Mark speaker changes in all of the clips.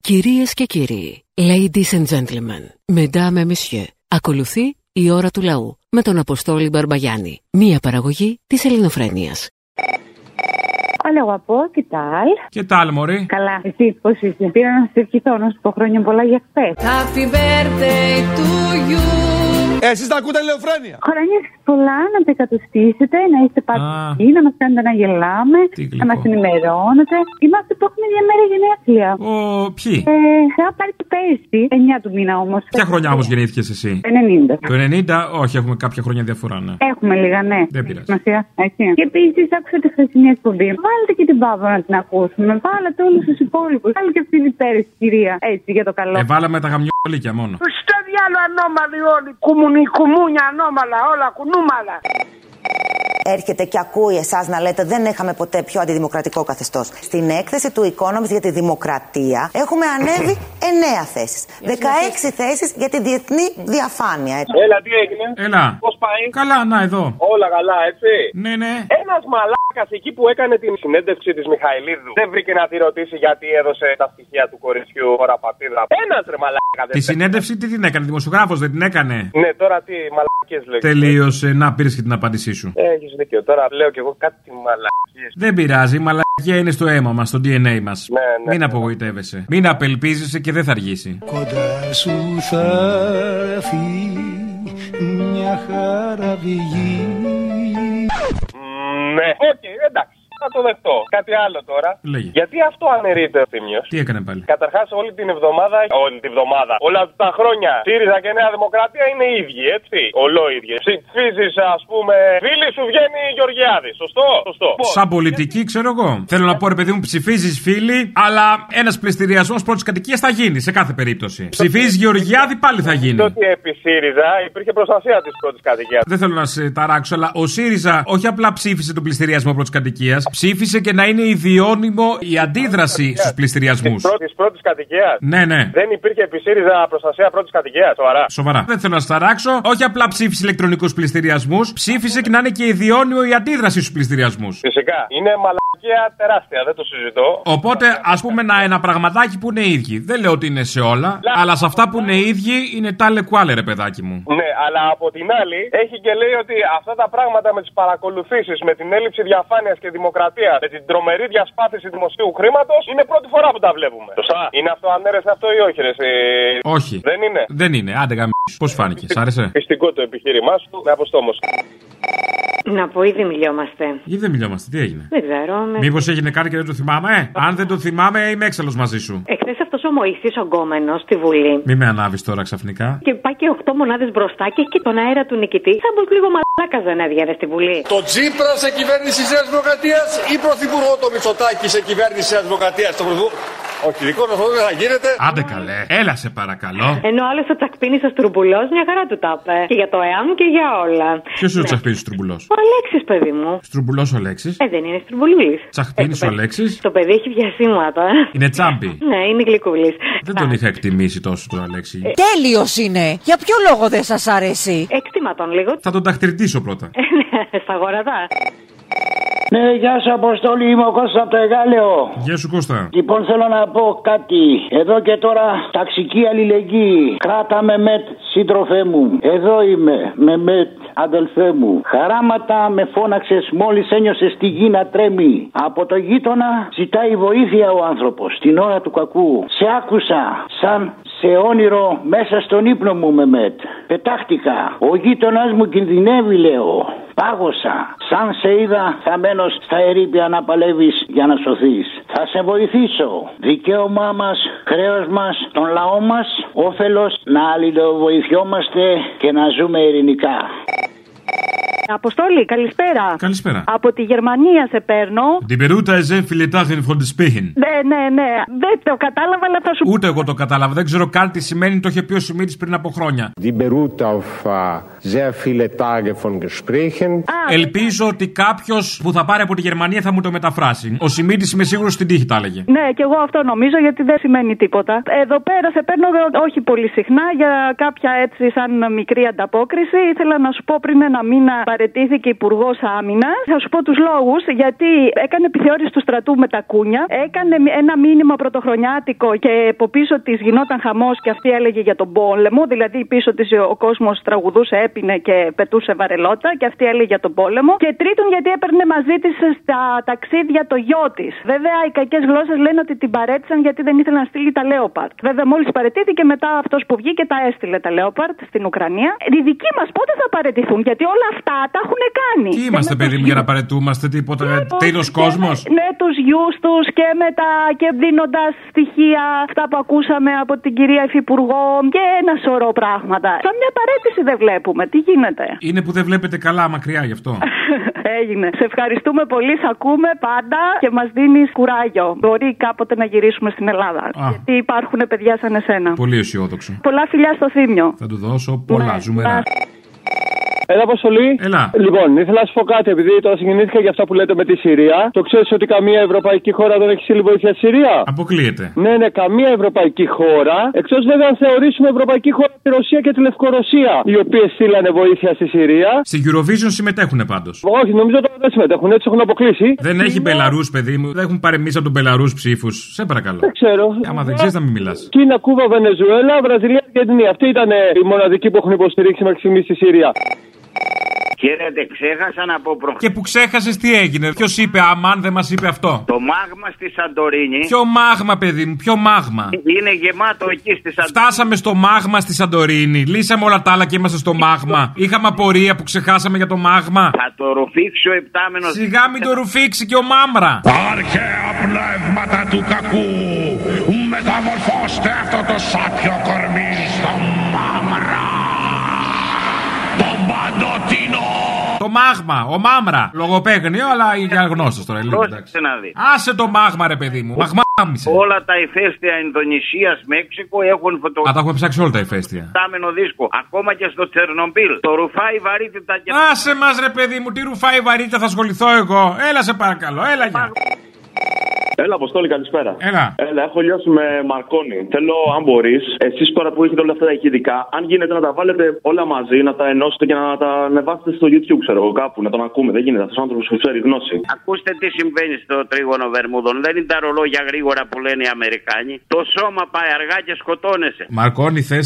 Speaker 1: Κυρίες και κύριοι, ladies and gentlemen, mesdames et messieurs, ακολουθεί η ώρα του λαού με τον Αποστόλη Μπαρμπαγιάννη, μία παραγωγή της ελληνοφρένειας.
Speaker 2: Hola, guapo, ¿qué tal?
Speaker 3: Και τα άλλη, μωρή.
Speaker 2: Καλά, εσύ πώς είσαι. Πήρα να σε ευχηθώ, να σου πω χρόνια πολλά για χθες.
Speaker 4: Happy birthday to you.
Speaker 5: Εσεί Ε, τα ακούτε ελεοφρένεια.
Speaker 2: Χρόνια σας πολλά, να τα εκατοστήσετε, να είστε
Speaker 3: Α.
Speaker 2: πάντα εκεί, να μας κάνετε να γελάμε,
Speaker 3: Τι γλυκό.
Speaker 2: να μας ενημερώνετε. Είμαστε που έχουμε μια μέρα γενέθλια.
Speaker 3: Ο, ποιοι.
Speaker 2: Ε, θα πάρει και πέρσι, 9 του μήνα όμως.
Speaker 3: Ποια χρονιά όμως γεννήθηκες εσύ.
Speaker 2: 90.
Speaker 3: Το 90, όχι, έχουμε κάποια χρόνια διαφορά, ναι.
Speaker 2: Έχουμε λίγα, ναι.
Speaker 3: Δεν πειράζει.
Speaker 2: Σημασία, έτσι. Και επίσης άκουσα τη χθεσινή εκπομπή. Βάλτε και την Πάβα να την ακούσουμε. Βάλατε όλου τους υπόλοιπους. Βάλτε και αυτήν την υπέρεση, κυρία. Έτσι, για το καλό.
Speaker 3: Ε, βάλαμε τα γαμιόλικια μόνο.
Speaker 6: Στο διάλο ανώμαλοι όλοι. Κουμουνι, κουμούνια ανώμαλα, όλα κουνούμαλα.
Speaker 7: έρχεται και ακούει εσάς να λέτε δεν είχαμε ποτέ πιο αντιδημοκρατικό καθεστώς. Στην έκθεση του Economist για τη δημοκρατία έχουμε ανέβει 9 θέσει. 16 θέσει για τη διεθνή διαφάνεια. έτσι.
Speaker 8: Έλα, τι έγινε.
Speaker 3: Έλα.
Speaker 8: Πώς πάει.
Speaker 3: Καλά, να εδώ.
Speaker 8: Όλα καλά, έτσι.
Speaker 3: Ναι, ναι.
Speaker 8: Ένας μαλάκας εκεί που έκανε την συνέντευξη της Μιχαηλίδου δεν βρήκε να τη ρωτήσει γιατί έδωσε τα στοιχεία του κοριτσιού ώρα πατήδα. Ένας ρε μαλάκας δεν
Speaker 3: Τη συνέντευξη τι την έκανε, δημοσιογράφος δεν την έκανε.
Speaker 8: Ναι, τώρα τι μαλακίε λέω.
Speaker 3: Τελείωσε, να πήρες και την απάντησή σου.
Speaker 8: Έχεις δίκιο. Τώρα λέω κι εγώ κάτι μαλακίες.
Speaker 3: Δεν πειράζει, η μαλακία είναι στο αίμα μας, στο DNA μας.
Speaker 8: ναι.
Speaker 3: Μην απογοητεύεσαι. Μην απελπίζεσαι και δεν θα αργήσει.
Speaker 9: Κοντά σου θα έρθει μια χαραβηγή
Speaker 8: Ναι, οκ, εντάξει. Θα το δεχτώ. Κάτι άλλο τώρα.
Speaker 3: Λέγε.
Speaker 8: Γιατί αυτό αναιρείται ο Θήμιος.
Speaker 3: Τι έκανε πάλι.
Speaker 8: Καταρχάς, όλη την εβδομάδα, όλη την εβδομάδα, όλα τα χρόνια, ΣΥΡΙΖΑ και Νέα Δημοκρατία είναι οι ίδιοι, έτσι. Ολό ίδιοι. Ψηφίζεις, ας πούμε, φίλη σου βγαίνει η Γεωργιάδη. Σωστό, σωστό.
Speaker 3: Σαν πολιτική, ξέρω εγώ. Θέλω να πω, ρε παιδί μου, ψηφίζεις φίλοι, αλλά ένας πληστηριασμός πρώτης κατοικίας θα γίνει σε κάθε περίπτωση. Ψηφίζει Γεωργιάδη, πάλι θα γίνει.
Speaker 8: Γιατί ότι επί ΣΥΡΙΖΑ υπήρχε προστασία της πρώτης κατοικίας.
Speaker 3: Ναι. Δεν θέλω να σε ταράξω, ε, αλλά ο ΣΥΡΙΖΑ όχι απλά ψήφισε τον πληστηριασμό πρώτης κατοικίας, ψήφισε και να είναι ιδιώνυμο η αντίδραση στους πληστηριασμούς.
Speaker 8: Της πρώτης κατοικίας.
Speaker 3: Ναι, ναι.
Speaker 8: Δεν υπήρχε επί ΣΥΡΙΖΑ προστασία πρώτης κατοικίας, σοβαρά.
Speaker 3: Σοβαρά. Δεν θέλω να σε ταράξω. Όχι απλά ψήφισε ηλεκτρονικούς πληστηριασμούς, ψήφισε και να είναι και ιδιώνυμο η αντίδραση στους πληστηριασμούς.
Speaker 8: Φυσικά. Είναι μαλακία τεράστια, δεν το συζητώ.
Speaker 3: Οπότε ας πούμε να ένα πραγματάκι που είναι ίδιοι. Δεν λέω ότι είναι σε όλα, αλλά σε αυτά που είναι ίδιοι είναι τάλε κουάλε, ρε παιδάκι μου.
Speaker 8: Ναι, αλλά από την άλλη έχει και λέει ότι αυτά τα πράγματα με τις παρακολουθήσεις, με την έλλειψη διαφάνειας και δημοκρατίας, με την τρομερή διασπάθηση δημοσίου χρήματος, είναι πρώτη φορά που τα βλέπουμε. Σωστά. Είναι αυτό ανέρεσαι αυτό ή όχι, ρε. εσύ?
Speaker 3: Όχι.
Speaker 8: Δεν είναι.
Speaker 3: Δεν είναι. Άντε γαμ. Πώς φάνηκες, σ' άρεσε.
Speaker 8: Πιστικό το επιχείρημά σου, με αποστόμω.
Speaker 10: Να πω, ήδη μιλιόμαστε.
Speaker 3: Γιατί δεν μιλιόμαστε, τι έγινε.
Speaker 10: Δεν ξέρω. Με...
Speaker 3: Μήπως έγινε κάτι και δεν το θυμάμαι. ε? Αν δεν το θυμάμαι, είμαι έξαλλος μαζί σου.
Speaker 10: Εχθές αυτός ο Μωησή ο Γκόμενος στη Βουλή.
Speaker 3: Μη με ανάβεις τώρα ξαφνικά.
Speaker 10: Και πάει και 8 μονάδες μπροστά και έχει και τον αέρα του νικητή. Σαν πω λίγο μαλάκας δεν έβγαινε στη Βουλή.
Speaker 5: Το Τσίπρα σε κυβέρνηση της Νέας Δημοκρατίας ή πρωθυπουργό το Μητσοτάκη σε κυβέρνηση της Νέας Δημοκρατίας. Το πρωθυπουργό. Όχι, δικό μας αυτό δεν θα γίνεται.
Speaker 3: Άντε Ε, καλέ, έλα σε παρακαλώ.
Speaker 10: Ενώ άλλος ο τσακπίνης ο Στρουμπουλός μια χαρά του τα είπε. Και για το ΕΑΜ και για όλα. Ναι.
Speaker 3: Ποιος είναι ο τσαχπίνη Στρουμπουλός.
Speaker 10: Ο Αλέξης, παιδί μου.
Speaker 3: Στρουμπουλός ο Λέξη.
Speaker 10: Ε, δεν είναι Στρουμπουλούλη.
Speaker 3: Τσαχπίνη ο Λέξη.
Speaker 10: Το παιδί έχει βιασύματα.
Speaker 3: Είναι τσάμπι.
Speaker 10: ναι, είναι Ε, γλυκούλης.
Speaker 3: Δεν τον είχα εκτιμήσει τόσο τον Αλέξη.
Speaker 4: Τέλειος είναι. Για ποιο λόγο δεν σας αρέσει.
Speaker 10: Εκτίμα τον λίγο.
Speaker 3: Θα τον ταχτυρτήσω πρώτα.
Speaker 10: Ναι, Στα γορατά.
Speaker 11: Ναι, γεια σου Αποστόλη, είμαι ο Κώστας από το Εγάλεο.
Speaker 3: Γεια σου Κώστα.
Speaker 11: Λοιπόν, θέλω να πω κάτι. Εδώ και τώρα ταξική αλληλεγγύη. Κράτα με μετ, σύντροφέ μου. Εδώ είμαι, με μετ, αδελφέ μου. Χαράματα με φώναξες μόλις ένιωσες τη γη να τρέμει. Από το γείτονα ζητάει βοήθεια ο άνθρωπος την ώρα του κακού. Σε άκουσα σαν σε όνειρο μέσα στον ύπνο μου με μετ. Πετάχτηκα. Ο γείτονας μου κινδυνεύει λέω. Πάγωσα. Σαν σε είδα χαμένο στα ερήπια να παλεύεις για να σωθείς. Θα σε βοηθήσω. Δικαίωμά μας, χρέος μας, τον λαό μας, όφελος να αλληλοβοηθιόμαστε και να ζούμε ειρηνικά.
Speaker 2: Αποστόλη, καλησπέρα.
Speaker 3: Καλησπέρα.
Speaker 2: Από τη Γερμανία σε παίρνω.
Speaker 3: Την περούτα εζέ φιλετάχεν φροντισπίχεν.
Speaker 2: Ναι, ναι, ναι. Δεν το κατάλαβα, αλλά θα σου πω.
Speaker 3: Ούτε εγώ το κατάλαβα. Δεν ξέρω καν τι σημαίνει. Το είχε πει ο Σιμίτης πριν από χρόνια.
Speaker 9: Die beruht auf äh, sehr viele Tage von Gesprächen.
Speaker 3: Ελπίζω ότι κάποιος που θα πάρει από τη Γερμανία θα μου το μεταφράσει. Ο Σιμίτης είμαι σίγουρος στην τύχη τα έλεγε.
Speaker 2: Ναι, και εγώ αυτό νομίζω γιατί δεν σημαίνει τίποτα. Εδώ πέρα σε παίρνω δε- όχι πολύ συχνά για κάποια έτσι σαν μικρή ανταπόκριση. Ήθελα να σου πω πριν ένα μήνα παρε-
Speaker 12: παρετήθηκε υπουργός άμυνας. Θα σου πω τους λόγους, γιατί έκανε επιθεώρηση του στρατού με τα κούνια, έκανε μ- ένα μήνυμα πρωτοχρονιάτικο και από πίσω της γινόταν χαμός και αυτή έλεγε για τον πόλεμο. Δηλαδή πίσω της ο κόσμος τραγουδούσε, έπινε και πετούσε βαρελότα και αυτή έλεγε για τον πόλεμο. Και τρίτον, γιατί έπαιρνε μαζί της στα ταξίδια το γιο της. Βέβαια, οι κακές γλώσσες λένε ότι την παρέτησαν γιατί δεν ήθελε να στείλει τα Λέοπαρτ. Βέβαια, μόλις παρετήθηκε μετά αυτός που βγήκε τα έστειλε τα Λέοπαρτ στην Ουκρανία. Οι δικοί μας πότε θα παρετηθούν, γιατί όλα αυτά τα έχουν κάνει.
Speaker 3: Τι είμαστε, παιδί μου, για να παρετούμαστε, τίποτα. Τρίτο
Speaker 12: ναι,
Speaker 3: κόσμος.
Speaker 12: με τους γιους τους και μετά και δίνοντας στοιχεία αυτά που ακούσαμε από την κυρία Υφυπουργό και ένα σωρό πράγματα. Σαν μια παρέτηση δεν βλέπουμε. Τι γίνεται.
Speaker 3: Είναι που δεν βλέπετε καλά μακριά γι' αυτό.
Speaker 12: Έγινε. Σε ευχαριστούμε πολύ, σε ακούμε πάντα και μας δίνεις κουράγιο. Μπορεί κάποτε να γυρίσουμε στην Ελλάδα.
Speaker 3: Α.
Speaker 12: Γιατί υπάρχουν παιδιά σαν εσένα.
Speaker 3: Πολύ αισιόδοξο.
Speaker 12: Πολλά φιλιά στο θύμιο.
Speaker 3: Θα του δώσω
Speaker 12: Ναι,
Speaker 3: πολλά ζουμερά.
Speaker 8: Έλα, Αποστολή. Έλα. Λοιπόν, ήθελα να σου πω κάτι, επειδή τώρα συγκινήθηκα για αυτά που λέτε με τη Συρία. Το ξέρεις ότι καμία ευρωπαϊκή χώρα δεν έχει στείλει βοήθεια στη Συρία.
Speaker 3: Αποκλείεται.
Speaker 8: Ναι, ναι, καμία ευρωπαϊκή χώρα. Εκτός βέβαια αν θεωρήσουμε ευρωπαϊκή χώρα τη Ρωσία και τη Λευκορωσία, οι οποίες στείλανε βοήθεια στη Συρία.
Speaker 3: Στη Eurovision συμμετέχουν πάντως.
Speaker 8: Όχι, νομίζω τώρα δεν συμμετέχουν, έτσι έχουν αποκλείσει.
Speaker 3: Δεν έχει Μπελαρούς, παιδί μου. Δεν έχουν πάρει εμείς από τον Μπελαρούς ψήφους. Σε παρακαλώ.
Speaker 8: Δεν ξέρω.
Speaker 3: Άμα δεν ξέρεις, να μην μιλάς.
Speaker 8: Κίνα, Κούβα, Βενεζουέλα, Βραζιλία, Αργεντινή. Αυτοί ήταν οι μοναδικοί που έχουν υποστηρίξει μέχρι στιγμής στη Συρία.
Speaker 13: Χαίρετε, ξέχασα να πω προχθέ.
Speaker 3: Και που ξέχασες τι έγινε. Ποιος είπε, Αμάν δεν μας είπε αυτό.
Speaker 13: Το μάγμα στη Σαντορίνη
Speaker 3: Ποιο μάγμα, παιδί μου, ποιο μάγμα.
Speaker 13: είναι γεμάτο εκεί στη Σαντορίνη.
Speaker 3: Φτάσαμε στο μάγμα στη Σαντορίνη. Λύσαμε όλα τα άλλα και είμαστε στο μάγμα. Είχαμε απορία που ξεχάσαμε για το μάγμα.
Speaker 13: Θα το ρουφήξει ο επτάμενος.
Speaker 3: Σιγά μην το ρουφήξει και ο μάμρα.
Speaker 9: Αρχαία πνεύματα του κακού, μεταμορφώστε αυτό το σάπιο κορμί στο μάμρα. Τον παντοτινό.
Speaker 3: Το μάγμα, ο μάμρα. Λογοπαίγνιο, αλλά είναι γνώστο τώρα. λίγο, εντάξει.
Speaker 13: Πρόσεξε να δει.
Speaker 3: Άσε το μάγμα, ρε παιδί μου. Μαγμάμισε.
Speaker 13: Όλα τα ηφαίστεια Ινδονησίας, Μέξικο έχουν
Speaker 3: Α, τα έχουμε
Speaker 13: φωτογραφία.
Speaker 3: ψάξει όλα τα ηφαίστεια.
Speaker 13: Επτάμενο δίσκο. Ακόμα και στο Τσερνομπίλ. Το ρουφάει βαρύτητα και.
Speaker 3: Άσε μας, ρε παιδί μου, τι ρουφάει η βαρύτητα, θα ασχοληθώ εγώ. Έλα, σε παρακαλώ, έλα για.
Speaker 14: Έλα, Αποστόλη, καλησπέρα.
Speaker 3: Έλα.
Speaker 14: Έλα, έχω λιώσει με Μαρκόνι. Θέλω, αν μπορείς, εσείς τώρα που έχετε όλα αυτά τα ηχητικά, αν γίνεται να τα βάλετε όλα μαζί, να τα ενώσετε και να τα ανεβάσετε στο YouTube, ξέρω εγώ, κάπου, να τον ακούμε. Δεν γίνεται. Αυτός ο άνθρωπος που ξέρει γνώση.
Speaker 13: Ακούστε τι συμβαίνει στο τρίγωνο Βερμούδων. Δεν είναι τα ρολόγια γρήγορα που λένε οι Αμερικάνοι. Το σώμα πάει αργά και σκοτώνεσαι.
Speaker 3: Μαρκώνει, θε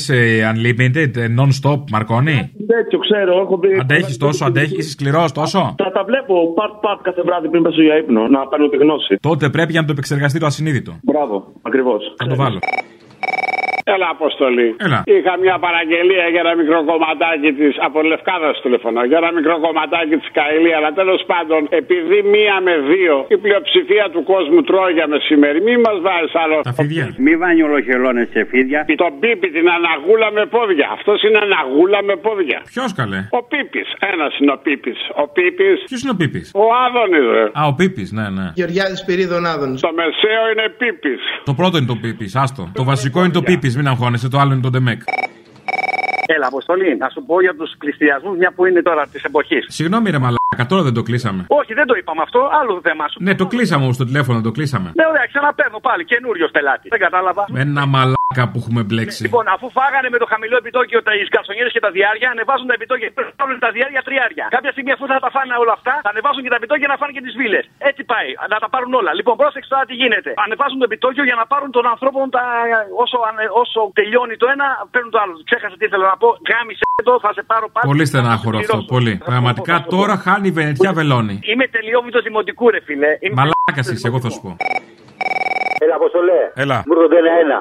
Speaker 3: unlimited, ε, non-stop, Μαρκώνει.
Speaker 14: Τέτοιο ξέρω, έχω πει.
Speaker 3: Αντέχεις τόσο, αντέχεις, είσαι σκληρός τόσο.
Speaker 14: Τα, τα βλέπω part-part κάθε βράδυ πριν πέσω για ύπνο, να παίρνω τη γνώση.
Speaker 3: Τότε πρέπει για να το επεξεργαστεί το ασυνείδητο.
Speaker 14: Μπράβο, ακριβώς.
Speaker 3: Θα το βάλω.
Speaker 15: Έλα, Αποστολή.
Speaker 3: Έλα.
Speaker 15: Είχα μια παραγγελία για ένα μικρό κομματάκι της. Από Λευκάδας τηλεφωνώ. Για ένα μικρό κομματάκι της Καηλή. Αλλά τέλος πάντων, επειδή μία με δύο η πλειοψηφία του κόσμου τρώει για μεσημέρι, μη μας βάζεις άλλο.
Speaker 13: Μη βάνει ολοχελώνες σε φίδια.
Speaker 15: Τον Πίπη την αναγούλα με πόδια. Αυτός είναι αναγούλα με πόδια.
Speaker 3: Ποιος καλέ.
Speaker 15: Ο Πίπης. Ένας είναι ο Πίπης. Ο Πίπης.
Speaker 3: Ποιος είναι ο Πίπης.
Speaker 15: Ο Άδωνης, ρε.
Speaker 3: Α, ο Πίπης, ναι, ναι.
Speaker 15: Γεωργιάδης Πυρίδων Άδωνης. Το μεσαίο είναι Πίπης.
Speaker 3: Το πρώτο είναι το Πίπης, άστο. Το βασικό είναι το Πίπης, μην αγχώνεσαι, το άλλο είναι το Ντεμέκ.
Speaker 6: Έλα, Αποστολή, να σου πω για τους πληστηριασμού, μια που είναι τώρα της εποχής.
Speaker 3: Συγγνώμη, ρε μαλάκα, τώρα δεν το κλείσαμε.
Speaker 6: Όχι, δεν το είπαμε αυτό, άλλο θέμα σου.
Speaker 3: Ναι, το κλείσαμε όμως το τηλέφωνο, το κλείσαμε.
Speaker 6: Ναι, ωραία, ξαναπαίρνω πάλι, καινούριο πελάτη. Δεν κατάλαβα.
Speaker 3: Με ένα μαλάκα που έχουμε μπλέξει.
Speaker 6: Λοιπόν, αφού φάγανε με το χαμηλό επιτόκιο τα καψονιέρε και τα διάρια, ανεβάζουν τα επιτόκια. Παίρνουν τα διάρια τριάρια. Κάποια στιγμή αφού θα τα φάνε όλα αυτά, θα ανεβάσουν και τα επιτόκια να φάνε και τις βίλες. Έτσι πάει, να τα πάρουν όλα. Λοιπόν, πρόσεξε τώρα τι γίνεται. Ανεβάζουν το επιτόκιο για να πάρουν των ανθρώπων τα... όσο, ανε- όσο τελειώνει το ένα, παίρνουν το άλλο. Ξέχασα τι ήθελα να πω. Γάμισε το, θα σε πάρω πάλι.
Speaker 3: Πολύ στενάχωρο αυτό, πολύ. Πραγματικά τώρα χάνει η Βενετιά βελώνει.
Speaker 6: Είμαι τελειόβητο δημοτικού, ρε φιλέ. Είμαι...
Speaker 3: Μαλάκας είσαι, εγώ θα σου πω.
Speaker 16: Έλα, Αποστολέ.
Speaker 3: Έλα.
Speaker 16: Μου έρχονται ένα-ένα.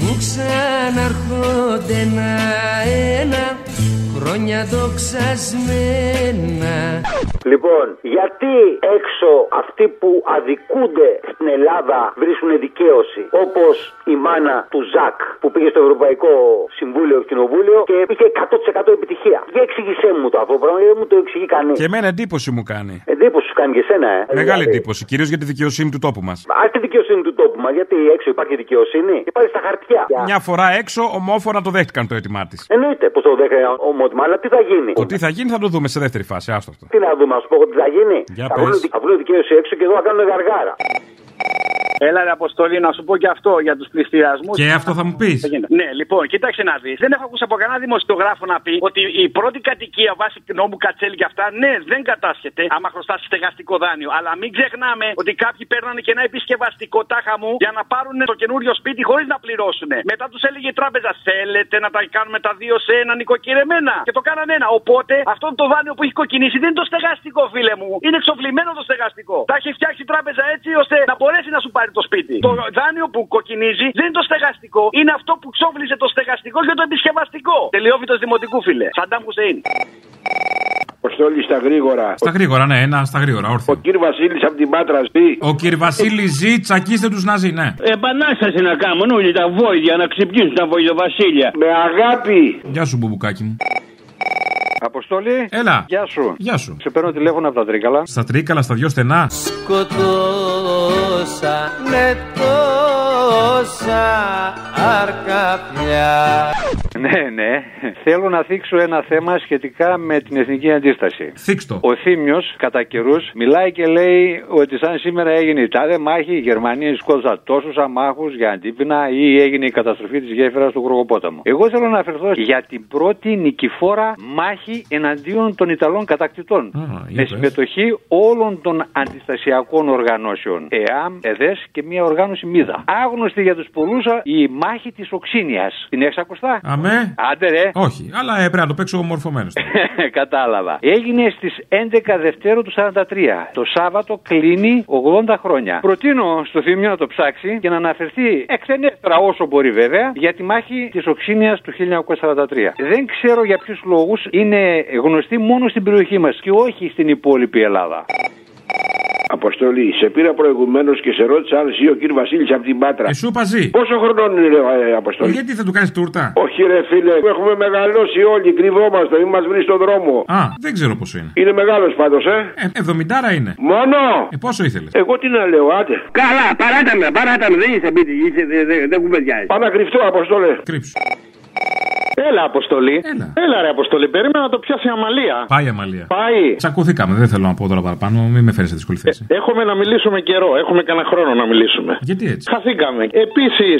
Speaker 17: Μου ξαναρχόνται ένα-ένα Χρόνια δοξασμένα
Speaker 16: Λοιπόν, γιατί έξω αυτοί που αδικούνται στην Ελλάδα βρίσκουν δικαίωση. Όπως η μάνα του Ζακ που πήγε στο Ευρωπαϊκό Συμβούλιο Κοινοβούλιο και είχε 100% επιτυχία. Για εξηγησέ μου το αυτό το πράγμα, γιατί δεν μου το εξηγεί κανείς.
Speaker 3: Και εμένα εντύπωση μου κάνει.
Speaker 16: Εντύπωση σου κάνει και εσένα, ε.
Speaker 3: Μεγάλη
Speaker 16: Δηλαδή,
Speaker 3: εντύπωση, κυρίως για τη δικαιοσύνη του τόπου μας.
Speaker 16: Ας τη δικαιοσύνη του τόπου μας, γιατί έξω υπάρχει δικαιοσύνη. Υπάρχει στα χαρτιά.
Speaker 3: Μια φορά έξω, ομόφωνα το δέχτηκαν το αίτημά της.
Speaker 16: Εννοείται πως το δέχεται ομότιμα, αλλά τι θα γίνει.
Speaker 3: Το τι θα γίνει θα το δούμε σε δεύτερη φάση, άστο αυτό.
Speaker 16: Τι να δούμε, α πούμε, τι θα γίνει.
Speaker 3: Για
Speaker 16: θα
Speaker 3: πες.
Speaker 16: βγουν- θα βγουν δικαίωση έξω και εδώ θα κάνουν γαργάρα.
Speaker 6: Έλα, ρε Αποστολή, να σου πω και αυτό για τους πληστηριασμούς.
Speaker 3: Και αυτό θα μου πεις.
Speaker 6: Δεν γίνεται. Ναι, λοιπόν, κοίταξε να δεις. Δεν έχω ακούσει από κανένα δημοσιογράφο να πει ότι η πρώτη κατοικία βάσει νόμου Κατσέλη και αυτά, ναι, δεν κατάσχεται άμα χρωστάς στεγαστικό δάνειο. Αλλά μην ξεχνάμε ότι κάποιοι παίρνανε και ένα επισκευαστικό τάχα μου για να πάρουν το καινούριο σπίτι χωρίς να πληρώσουν. Μετά τους έλεγε η τράπεζα, θέλετε να τα κάνουμε τα δύο σε ένα νοικοκυρεμένα. Και το κάνανε ένα. Οπότε αυτό το δάνειο που έχει κοκκινήσει δεν είναι το στεγαστικό, φίλε μου. Είναι εξοφλημένο το στεγαστικό. Τα έχει φτιάξει η τράπεζα έτσι ώστε να μπορέσει να σου πάρει το σπίτι. Το δάνειο που κοκκινίζει δεν είναι το στεγαστικό. Είναι αυτό που ξόφλησε το στεγαστικό και το επισκευαστικό. Τελειόβητος δημοτικού, φίλε. Σαντάμ Χουσέιν.
Speaker 8: Αποστόλη στα γρήγορα.
Speaker 3: Στα γρήγορα, ναι, ένα στα γρήγορα, όρθιο.
Speaker 8: Ο κύριο Βασίλη από την Πάτρα ζει.
Speaker 3: Ο κύριε Βασίλη ζει, τσακίστε τους να ζει, ναι.
Speaker 18: Επανάσταση να κάνουν όλοι τα βόηδια να ξυπνήσουν τα βοηδοβασίλια.
Speaker 8: Με αγάπη.
Speaker 3: Γεια σου, μπουμπουκάκι μου.
Speaker 19: Αποστολή.
Speaker 3: Έλα.
Speaker 19: Γεια σου.
Speaker 3: Γεια σου.
Speaker 19: Σε παίρνω τηλέφωνο από τα τρίκαλα.
Speaker 3: Στα τρίκαλα, στα δυο στενά.
Speaker 9: Σκοτώσανε τόσα αρκαπιά.
Speaker 19: Ναι, ναι. Θέλω να θίξω ένα θέμα σχετικά με την εθνική αντίσταση.
Speaker 3: Θίξτο.
Speaker 19: Ο Θήμιος, κατά καιρούς, μιλάει και λέει ότι σαν σήμερα έγινε η τάδε μάχη, οι Γερμανοί σκότωσαν τόσους αμάχους για αντίπεινα ή έγινε η καταστροφή της γέφυρας του Κροκοπόταμου. Εγώ θέλω να αναφερθώ για την πρώτη νικηφόρα μάχη εναντίον των Ιταλών κατακτητών. με
Speaker 3: είπες.
Speaker 19: συμμετοχή όλων των αντιστασιακών οργανώσεων. ΕΑΜ, ΕΔΕΣ και μια οργάνωση ΜΙΔΑ. Άγνωστη για τους πολλούς η μάχη της Οξίνια. Την έχεις ακουστά.
Speaker 3: Αμέ.
Speaker 19: Άντε ρε.
Speaker 3: Όχι, αλλά ε, πρέπει να το παίξω ομορφωμένος.
Speaker 19: Κατάλαβα. Έγινε στις 11 Δευτέρου του 43. Το Σάββατο κλείνει 80 χρόνια. Προτείνω στο Θήμιο να το ψάξει και να αναφερθεί εκτενέστερα όσο μπορεί βέβαια για τη μάχη της Οξίνια του 1943. Δεν ξέρω για ποιους λόγους είναι γνωστή μόνο στην περιοχή μας και όχι στην υπόλοιπη Ελλάδα.
Speaker 8: Αποστολή, σε πήρα προηγουμένως και σε ρώτησα αν ζει ο κύριος Βασίλης από την Πάτρα.
Speaker 3: Σου παζί.
Speaker 8: Πόσο χρονών είναι, ρε, ε, Αποστολή.
Speaker 3: Γιατί θα του κάνεις τούρτα.
Speaker 8: Όχι, ρε φίλε, που έχουμε μεγαλώσει όλοι, κρυβόμαστε, μην μας βρεις στον δρόμο.
Speaker 3: Α, δεν ξέρω πόσο είναι.
Speaker 8: Είναι μεγάλος πάντως, ε.
Speaker 3: Ε, 70 είναι.
Speaker 8: Μόνο!
Speaker 3: Ε, πόσο ήθελες.
Speaker 8: Εγώ τι να λέω, άντε.
Speaker 18: Καλά, παράτα με, παράτα με, δεν είσαι μπίτι, είσαι- δε- δε- δεν κουβεντιάζεις.
Speaker 8: Πάω να κρυφτώ, Αποστολέ.
Speaker 3: Κρύψου.
Speaker 20: Έλα, Αποστολή. Έλα, ρε, Αποστολή. Περίμενα να το πιάσει η αμαλία.
Speaker 3: Πάει η αμαλία.
Speaker 20: Πάει.
Speaker 3: Τσακωθήκαμε, δεν θέλω να πω τώρα παραπάνω, μην με φέρεις σε δύσκολη θέση.
Speaker 20: Ε, Έχουμε να μιλήσουμε καιρό. Έχουμε κανένα χρόνο να μιλήσουμε.
Speaker 3: Γιατί έτσι.
Speaker 20: Χαθήκαμε. Επίσης,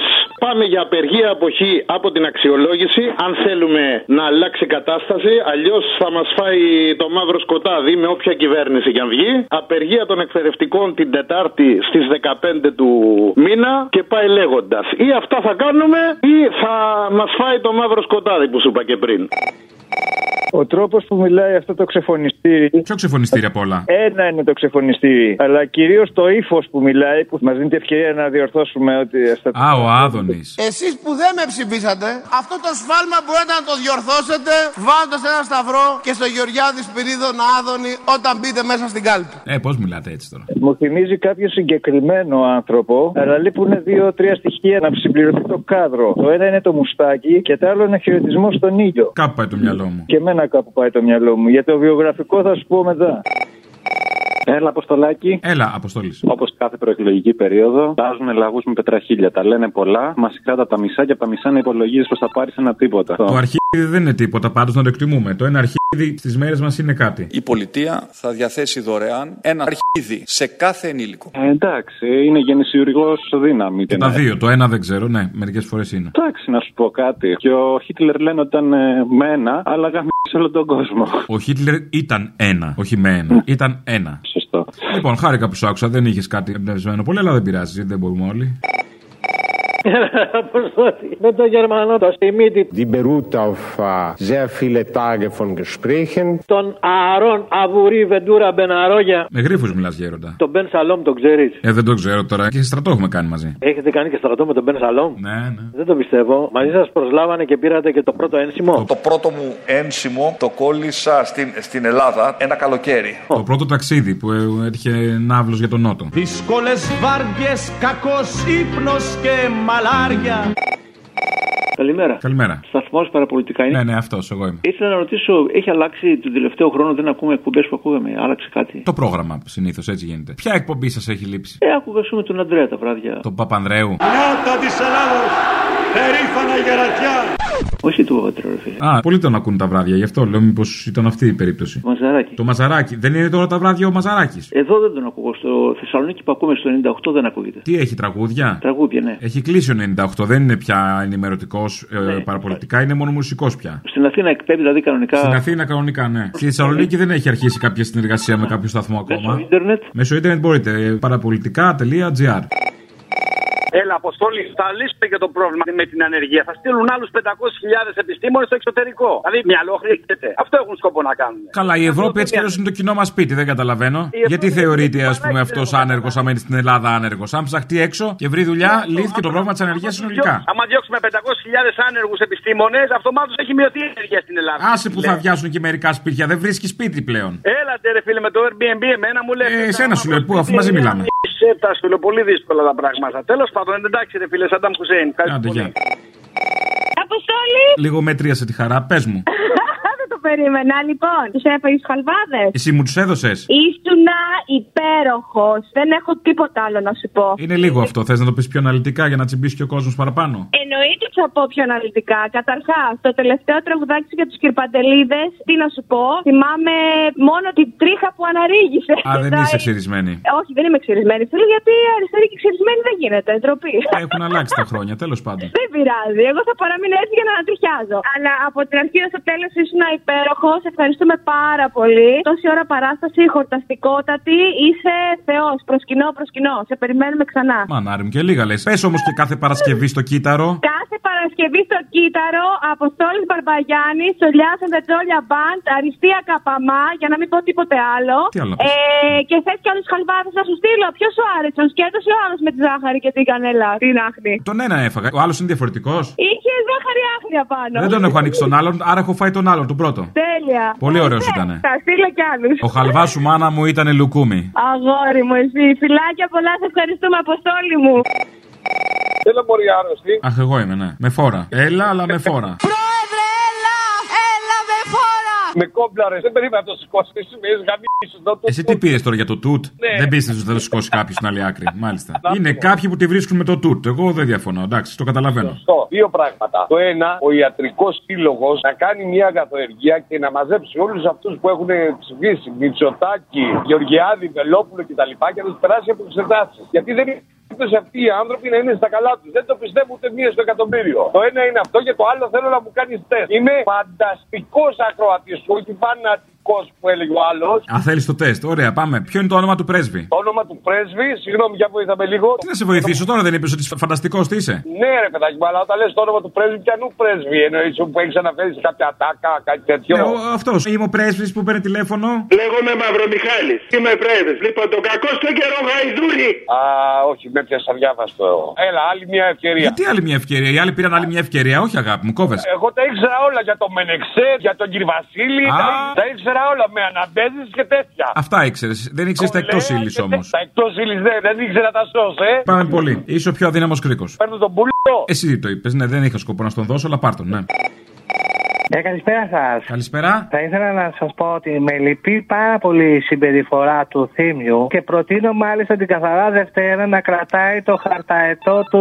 Speaker 20: πάμε για απεργία αποχή από την αξιολόγηση. Αν θέλουμε να αλλάξει η κατάσταση, αλλιώς θα μας φάει το μαύρο σκοτάδι με όποια κυβέρνηση και αν βγει. Απεργία των εκπαιδευτικών την Τετάρτη στις 15 του μήνα και πάει λέγοντας. Ή αυτά θα κάνουμε, ή θα μας φάει το μαύρο σκοτάδι που σου είπα και πριν.
Speaker 21: Ο τρόπος που μιλάει αυτό το ξεφωνιστήρι.
Speaker 3: Ποιο ξεφωνιστήρι απ' όλα.
Speaker 21: Ένα είναι το ξεφωνιστήρι. Αλλά κυρίως το ύφος που μιλάει, που μας δίνει την ευκαιρία να διορθώσουμε ότι.
Speaker 3: Α, ο Άδωνης.
Speaker 22: Εσείς που δεν με ψηφίσατε, αυτό το σφάλμα μπορείτε να το διορθώσετε βάζοντας ένα σταυρό και στο Γεωργιάδη Σπυρίδων Άδωνη όταν μπείτε μέσα στην κάλπη.
Speaker 3: Ε, πώς μιλάτε έτσι τώρα.
Speaker 21: Μου θυμίζει κάποιο συγκεκριμένο άνθρωπο, αλλά λείπουν δύο-τρία στοιχεία να συμπληρωθεί το κάδρο. Το ένα είναι το μουστάκι και το άλλο είναι χαιρετισμός στον ήλιο.
Speaker 3: Κάπου πάει το μυαλό μου.
Speaker 21: Και εμένα κάπου πάει το μυαλό μου. Για το βιογραφικό θα σου πω μετά.
Speaker 14: Έλα, Αποστολάκη.
Speaker 3: Έλα, Αποστολή.
Speaker 14: Όπως κάθε προεκλογική περίοδο, τάζουν λαγούς με πετραχίλια. Τα λένε πολλά, μας κράτα τα μισά και από τα μισά να υπολογίζεις πως θα πάρεις ένα τίποτα.
Speaker 3: Το αρχίδι δεν είναι τίποτα, πάντως να το εκτιμούμε. Το ένα αρχίδι στις μέρες μας είναι κάτι.
Speaker 5: Η πολιτεία θα διαθέσει δωρεάν ένα αρχίδι σε κάθε ενήλικο.
Speaker 14: Ε, εντάξει, είναι γεννησιουργός δύναμη.
Speaker 3: Και τα δύο, το ένα δεν ξέρω, ναι, μερικές φορές είναι.
Speaker 14: Εντάξει, να σου πω κάτι. Και ο Χίτλερ λένε ότι ήταν ε, με ένα, αλλά γαμίσει όλο τον κόσμο.
Speaker 3: Ο Χίτλερ ήταν ένα, όχι με
Speaker 8: Ναι.
Speaker 3: ένα. Ήταν ένα.
Speaker 14: Σωστό.
Speaker 3: Λοιπόν, χάρηκα που σ' άκουσα, δεν είχες κάτι εμπνευσμένο πολύ, αλλά δεν πειράζει, δεν μπορούμε όλοι.
Speaker 23: Αποστολή. Με τον Γερμανό, το Σιμίτη,
Speaker 24: Die beruht auf äh, sehr viele Tage von Gesprächen.
Speaker 23: τον Ααρόν Αβουρή Βεντούρα Μπεναρόγια.
Speaker 3: Με γρήφου μιλάς, Γέροντα.
Speaker 23: Τον Μπεν Σαλόμ τον ξέρεις.
Speaker 3: Ε, δεν το ξέρω τώρα. Και στρατό έχουμε κάνει μαζί.
Speaker 23: Έχετε κάνει και στρατό με τον Μπεν Σαλόμ.
Speaker 3: Ναι, ναι.
Speaker 23: Δεν το πιστεύω. Μαζί σας προσλάβανε και πήρατε και το πρώτο ένσημο.
Speaker 5: Το πρώτο μου ένσημο το κόλλησα στην, στην Ελλάδα ένα καλοκαίρι.
Speaker 3: Το πρώτο ταξίδι που ε, έτυχε ναύλος για τον Νότο.
Speaker 25: Δύσκολες βάρδιες, κακός ύπνος και μαλάρια.
Speaker 8: Καλημέρα.
Speaker 3: Καλημέρα.
Speaker 8: Σταθμός παραπολιτικά είναι.
Speaker 3: Ναι, ναι, αυτός εγώ είμαι.
Speaker 8: Ήθελα να ρωτήσω, έχει αλλάξει τον τελευταίο χρόνο, δεν ακούμε εκπομπές που ακούγαμε, άλλαξε κάτι.
Speaker 3: Το πρόγραμμα συνήθως έτσι γίνεται. Ποια εκπομπή σας έχει λείψει,
Speaker 8: Ε, άκουγα ας πούμε, τον Αντρέα τα βράδια.
Speaker 3: Τον Παπανδρέου.
Speaker 8: Νάτα τη Ελλάδα, περήφανα γερατιά.
Speaker 26: Όχι του Βόντρου, ρε φίλε.
Speaker 3: Α, πολλοί τον ακούν τα βράδια, γι' αυτό λέω μήπως ήταν αυτή η περίπτωση.
Speaker 26: Το Μαζαράκι.
Speaker 3: Το Μαζαράκι. Δεν είναι τώρα τα βράδια ο Μαζαράκι.
Speaker 26: Εδώ δεν τον ακούω. Στο Θεσσαλονίκη που ακούμε στο 98 δεν ακούγεται.
Speaker 3: Τι έχει τραγούδια.
Speaker 26: Τραγούδια, ναι.
Speaker 3: Έχει κλείσει ο 98, δεν είναι πια ενημερωτικός ε,
Speaker 26: Ναι.
Speaker 3: παραπολιτικά, είναι μόνο μουσικός πια.
Speaker 26: Στην Αθήνα εκπέμπει, δηλαδή κανονικά.
Speaker 3: Στην Αθήνα κανονικά, ναι. Στη Θεσσαλονίκη δεν έχει αρχίσει κάποια συνεργασία με κάποιο σταθμό ακόμα.
Speaker 26: Ιντερνετ.
Speaker 3: Μέσω ίντερνετ μπορείτε. ε, Παραπολιτικά.gr
Speaker 6: Έλα, Αποστόλη, θα λύσουμε και το πρόβλημα με την ανεργία. Θα στείλουν άλλους 500.000 επιστήμονες στο εξωτερικό. Δηλαδή, μυαλό χρειάζεται. Αυτό έχουν σκοπό να κάνουν.
Speaker 3: Καλά, η
Speaker 26: Ναι.
Speaker 3: Ευρώπη έτσι κι αλλιώς είναι το κοινό μας σπίτι, δεν καταλαβαίνω. Γιατί θεωρείται, ας πούμε, αυτό άνεργο, αν μένει στην Ελλάδα άνεργος. Αν ψαχτεί έξω και βρει δουλειά,
Speaker 26: Ναι.
Speaker 3: λύθηκε το πρόβλημα της ανεργίας συνολικά.
Speaker 6: Άμα διώξουμε 500.000 άνεργους επιστήμονες, αυτομάτως έχει μειωθεί η ενέργεια στην Ελλάδα.
Speaker 3: Άσε που
Speaker 26: Ναι.
Speaker 3: θα βιάσουν και μερικά σπίτια, δεν βρίσκει σπίτι πλέον.
Speaker 6: Έλατε, ρε φίλε, με το Airbnb, εμένα μου λέτε.
Speaker 3: Ε, Εσένα σου λέω, πού, αφού μαζί μιλάμε.
Speaker 6: Σε τα σου λέω, πολύ δύσκολα τα πράγματα. Τέλος πάντων, εντάξει, ρε φίλε, Σαντάμ Χουσέιν. Ευχαριστώ
Speaker 3: Άντε, γεια.
Speaker 27: Αποστόλη!
Speaker 3: Λίγο μέτριασε τη χαρά, πες μου.
Speaker 27: Δεν το περίμενα, λοιπόν. Τους έφαγες τους χαλβάδες.
Speaker 3: Εσύ μου τους έδωσες.
Speaker 27: Ήσουνα υπέροχος. Δεν έχω τίποτα άλλο να σου πω.
Speaker 3: Είναι λίγο αυτό. Θες να το πεις πιο αναλυτικά για να τσιμπήσει και ο κόσμος παραπάνω.
Speaker 27: Εννοείται ότι θα πω πιο αναλυτικά. Καταρχάς, το τελευταίο τραγουδάκι σου για τους κυρπαντελίδες, τι να σου πω, θυμάμαι μόνο την τρίχα που αναρρίγησε.
Speaker 3: Α, δεν
Speaker 27: Τα- ε,
Speaker 3: είσαι ξυρισμένη.
Speaker 27: Όχι, δεν είμαι ξυρισμένη, φίλε, γιατί αριστερή και ξυρισμένη δεν γίνεται. Ντροπή.
Speaker 3: Έχουν αλλάξει τα χρόνια, τέλος πάντων.
Speaker 27: Δεν πειράζει. Εγώ θα παραμείνω έτσι για να ανατριχιάζω. Αλλά από την αρχή ως το τέλος ήσουν υπέροχο. Σε ευχαριστούμε πάρα πολύ. Τόση ώρα παράσταση, χορταστικότατη. Είσαι θεός. Προσκυνώ, προσκυνώ. Σε περιμένουμε ξανά.
Speaker 3: Μανάρι μου και λίγα λες. Πες όμως και κάθε Παρασκευή στο κύτταρο.
Speaker 27: Κάθε Παρασκευή στο Κύτταρο, Αποστόλης Μπαρμπαγιάννης, Σολιάς Σεντατζόλια Μπαντ, Αριστεία Καπαμά, για να μην πω τίποτε άλλο.
Speaker 3: Τι άλλο να πεις.
Speaker 27: ε, και θες και άλλου χαλβάδε να σου στείλω. Ποιος σου άρεσε, ο σκέτος ή ο άλλος με τη ζάχαρη και την κανέλα, την άχνη.
Speaker 3: Τον ένα έφαγα. Ο άλλος είναι διαφορετικός.
Speaker 27: Είχε ζάχαρη άχνη απάνω.
Speaker 3: Δεν τον έχω ανοίξει τον άλλον, άρα έχω φάει τον άλλον, τον πρώτο.
Speaker 27: Τέλεια.
Speaker 3: Πολύ ωραίος
Speaker 27: Ωραία,
Speaker 3: ήτανε.
Speaker 27: Θα στείλω κι άλλους.
Speaker 3: Ο χαλβάς σου μάνα μου ήταν λουκούμι.
Speaker 27: Αγόρι μου, εσύ. Φιλάκια πολλά, σε ευχαριστούμε, Αποστόλη μου.
Speaker 8: Θέλω μπορεί άρρωστη.
Speaker 3: Αχ, εγώ είμαι, ναι. Με φόρα. Έλα, αλλά με φόρα.
Speaker 8: Έλα με φόρα! Με κόμπλαρες, δεν περίμενα να το σηκώσει. Με είσαι γαμίσει εδώ το.
Speaker 3: Εσύ τι πήρες τώρα για το τούτ.
Speaker 8: Ναι.
Speaker 3: Δεν πίστευε ότι θα το σηκώσει κάποιος στην άλλη άκρη. Μάλιστα. Είναι κάποιοι που τη βρίσκουν με το τούτ. Εγώ δεν διαφωνώ. Εντάξει, το καταλαβαίνω.
Speaker 8: Αυτό. Δύο πράγματα. Το ένα, ο ιατρικός σύλλογος να κάνει μια αγαθοεργία και να μαζέψει όλους αυτούς που έχουν ψηφίσει Μητσοτάκη, Γεωργιάδη, Βελόπουλο κτλ. και να τους περάσει από τι εντάσεις. Γιατί δεν είναι περίπτωση αυτοί οι άνθρωποι να είναι στα καλά τους. Δεν το πιστεύω ούτε μία στο εκατομμύριο. Το ένα είναι αυτό και το άλλο θέλω να μου κάνεις τεστ. Είμαι φανταστικός ακροατής, όχι φανατικός που έλεγε ο άλλος.
Speaker 3: Α, θέλεις το τεστ. Ωραία, πάμε. Ποιο είναι το όνομα του πρέσβη.
Speaker 8: Το όνομα του πρέσβη, συγγνώμη, για βοήθαμε λίγο.
Speaker 3: Τι να σε βοηθήσω τώρα, δεν είπες ότι φανταστικός τι είσαι.
Speaker 8: Ναι, ρε παιδάκι μου, αλλά όταν λες το όνομα του πρέσβη, πιανού πρέσβη εννοείς που έχεις αναφέρεις σε κάποια τάκα, κάτι τέτοιο.
Speaker 3: Αυτό. Ναι, Είμαι Ε, ο πρέσβης που παίρνει τηλέφωνο.
Speaker 8: Λέγομαι Μαυρομιχάλης. Είμαι πρέσβης. Λοιπόν, τον κακό στο καιρό γαϊδούρι. Α, όχι, με πιάσα αδιάβαστο. Έλα, άλλη μια ευκαιρία. Ε,
Speaker 3: Γιατί άλλη μια ευκαιρία. Οι άλλοι πήραν άλλη μια ευκαιρία. Όχι, αγάπη μου, κόβε.
Speaker 8: Εγώ τα ήξερα όλα για τον Μενεξέ, για τον κύριο Βασίλη.
Speaker 3: Α.
Speaker 8: Τα, τα ήξερα όλα με αναμπέζεις και τέτοια.
Speaker 3: Αυτά ήξερες. Δεν ήξερες τα εκτός ύλη όμω.
Speaker 8: Τα εκτός ύλης δεν, δεν ήξερα τα σώσ, ε.
Speaker 3: Πάμε πολύ. Είσαι ο πιο αδύναμος κρίκος.
Speaker 8: Παίρνω τον πουλό.
Speaker 3: Εσύ το είπες. Ναι, δεν είχα σκοπό να στον δώσω, αλλά πάρ' τον, ναι.
Speaker 14: Ε, καλησπέρα σας.
Speaker 3: Καλησπέρα.
Speaker 14: Θα ήθελα να σας πω ότι με λυπεί πάρα πολύ η συμπεριφορά του Θήμιου και προτείνω μάλιστα την καθαρά Δευτέρα να κρατάει το χαρταετό του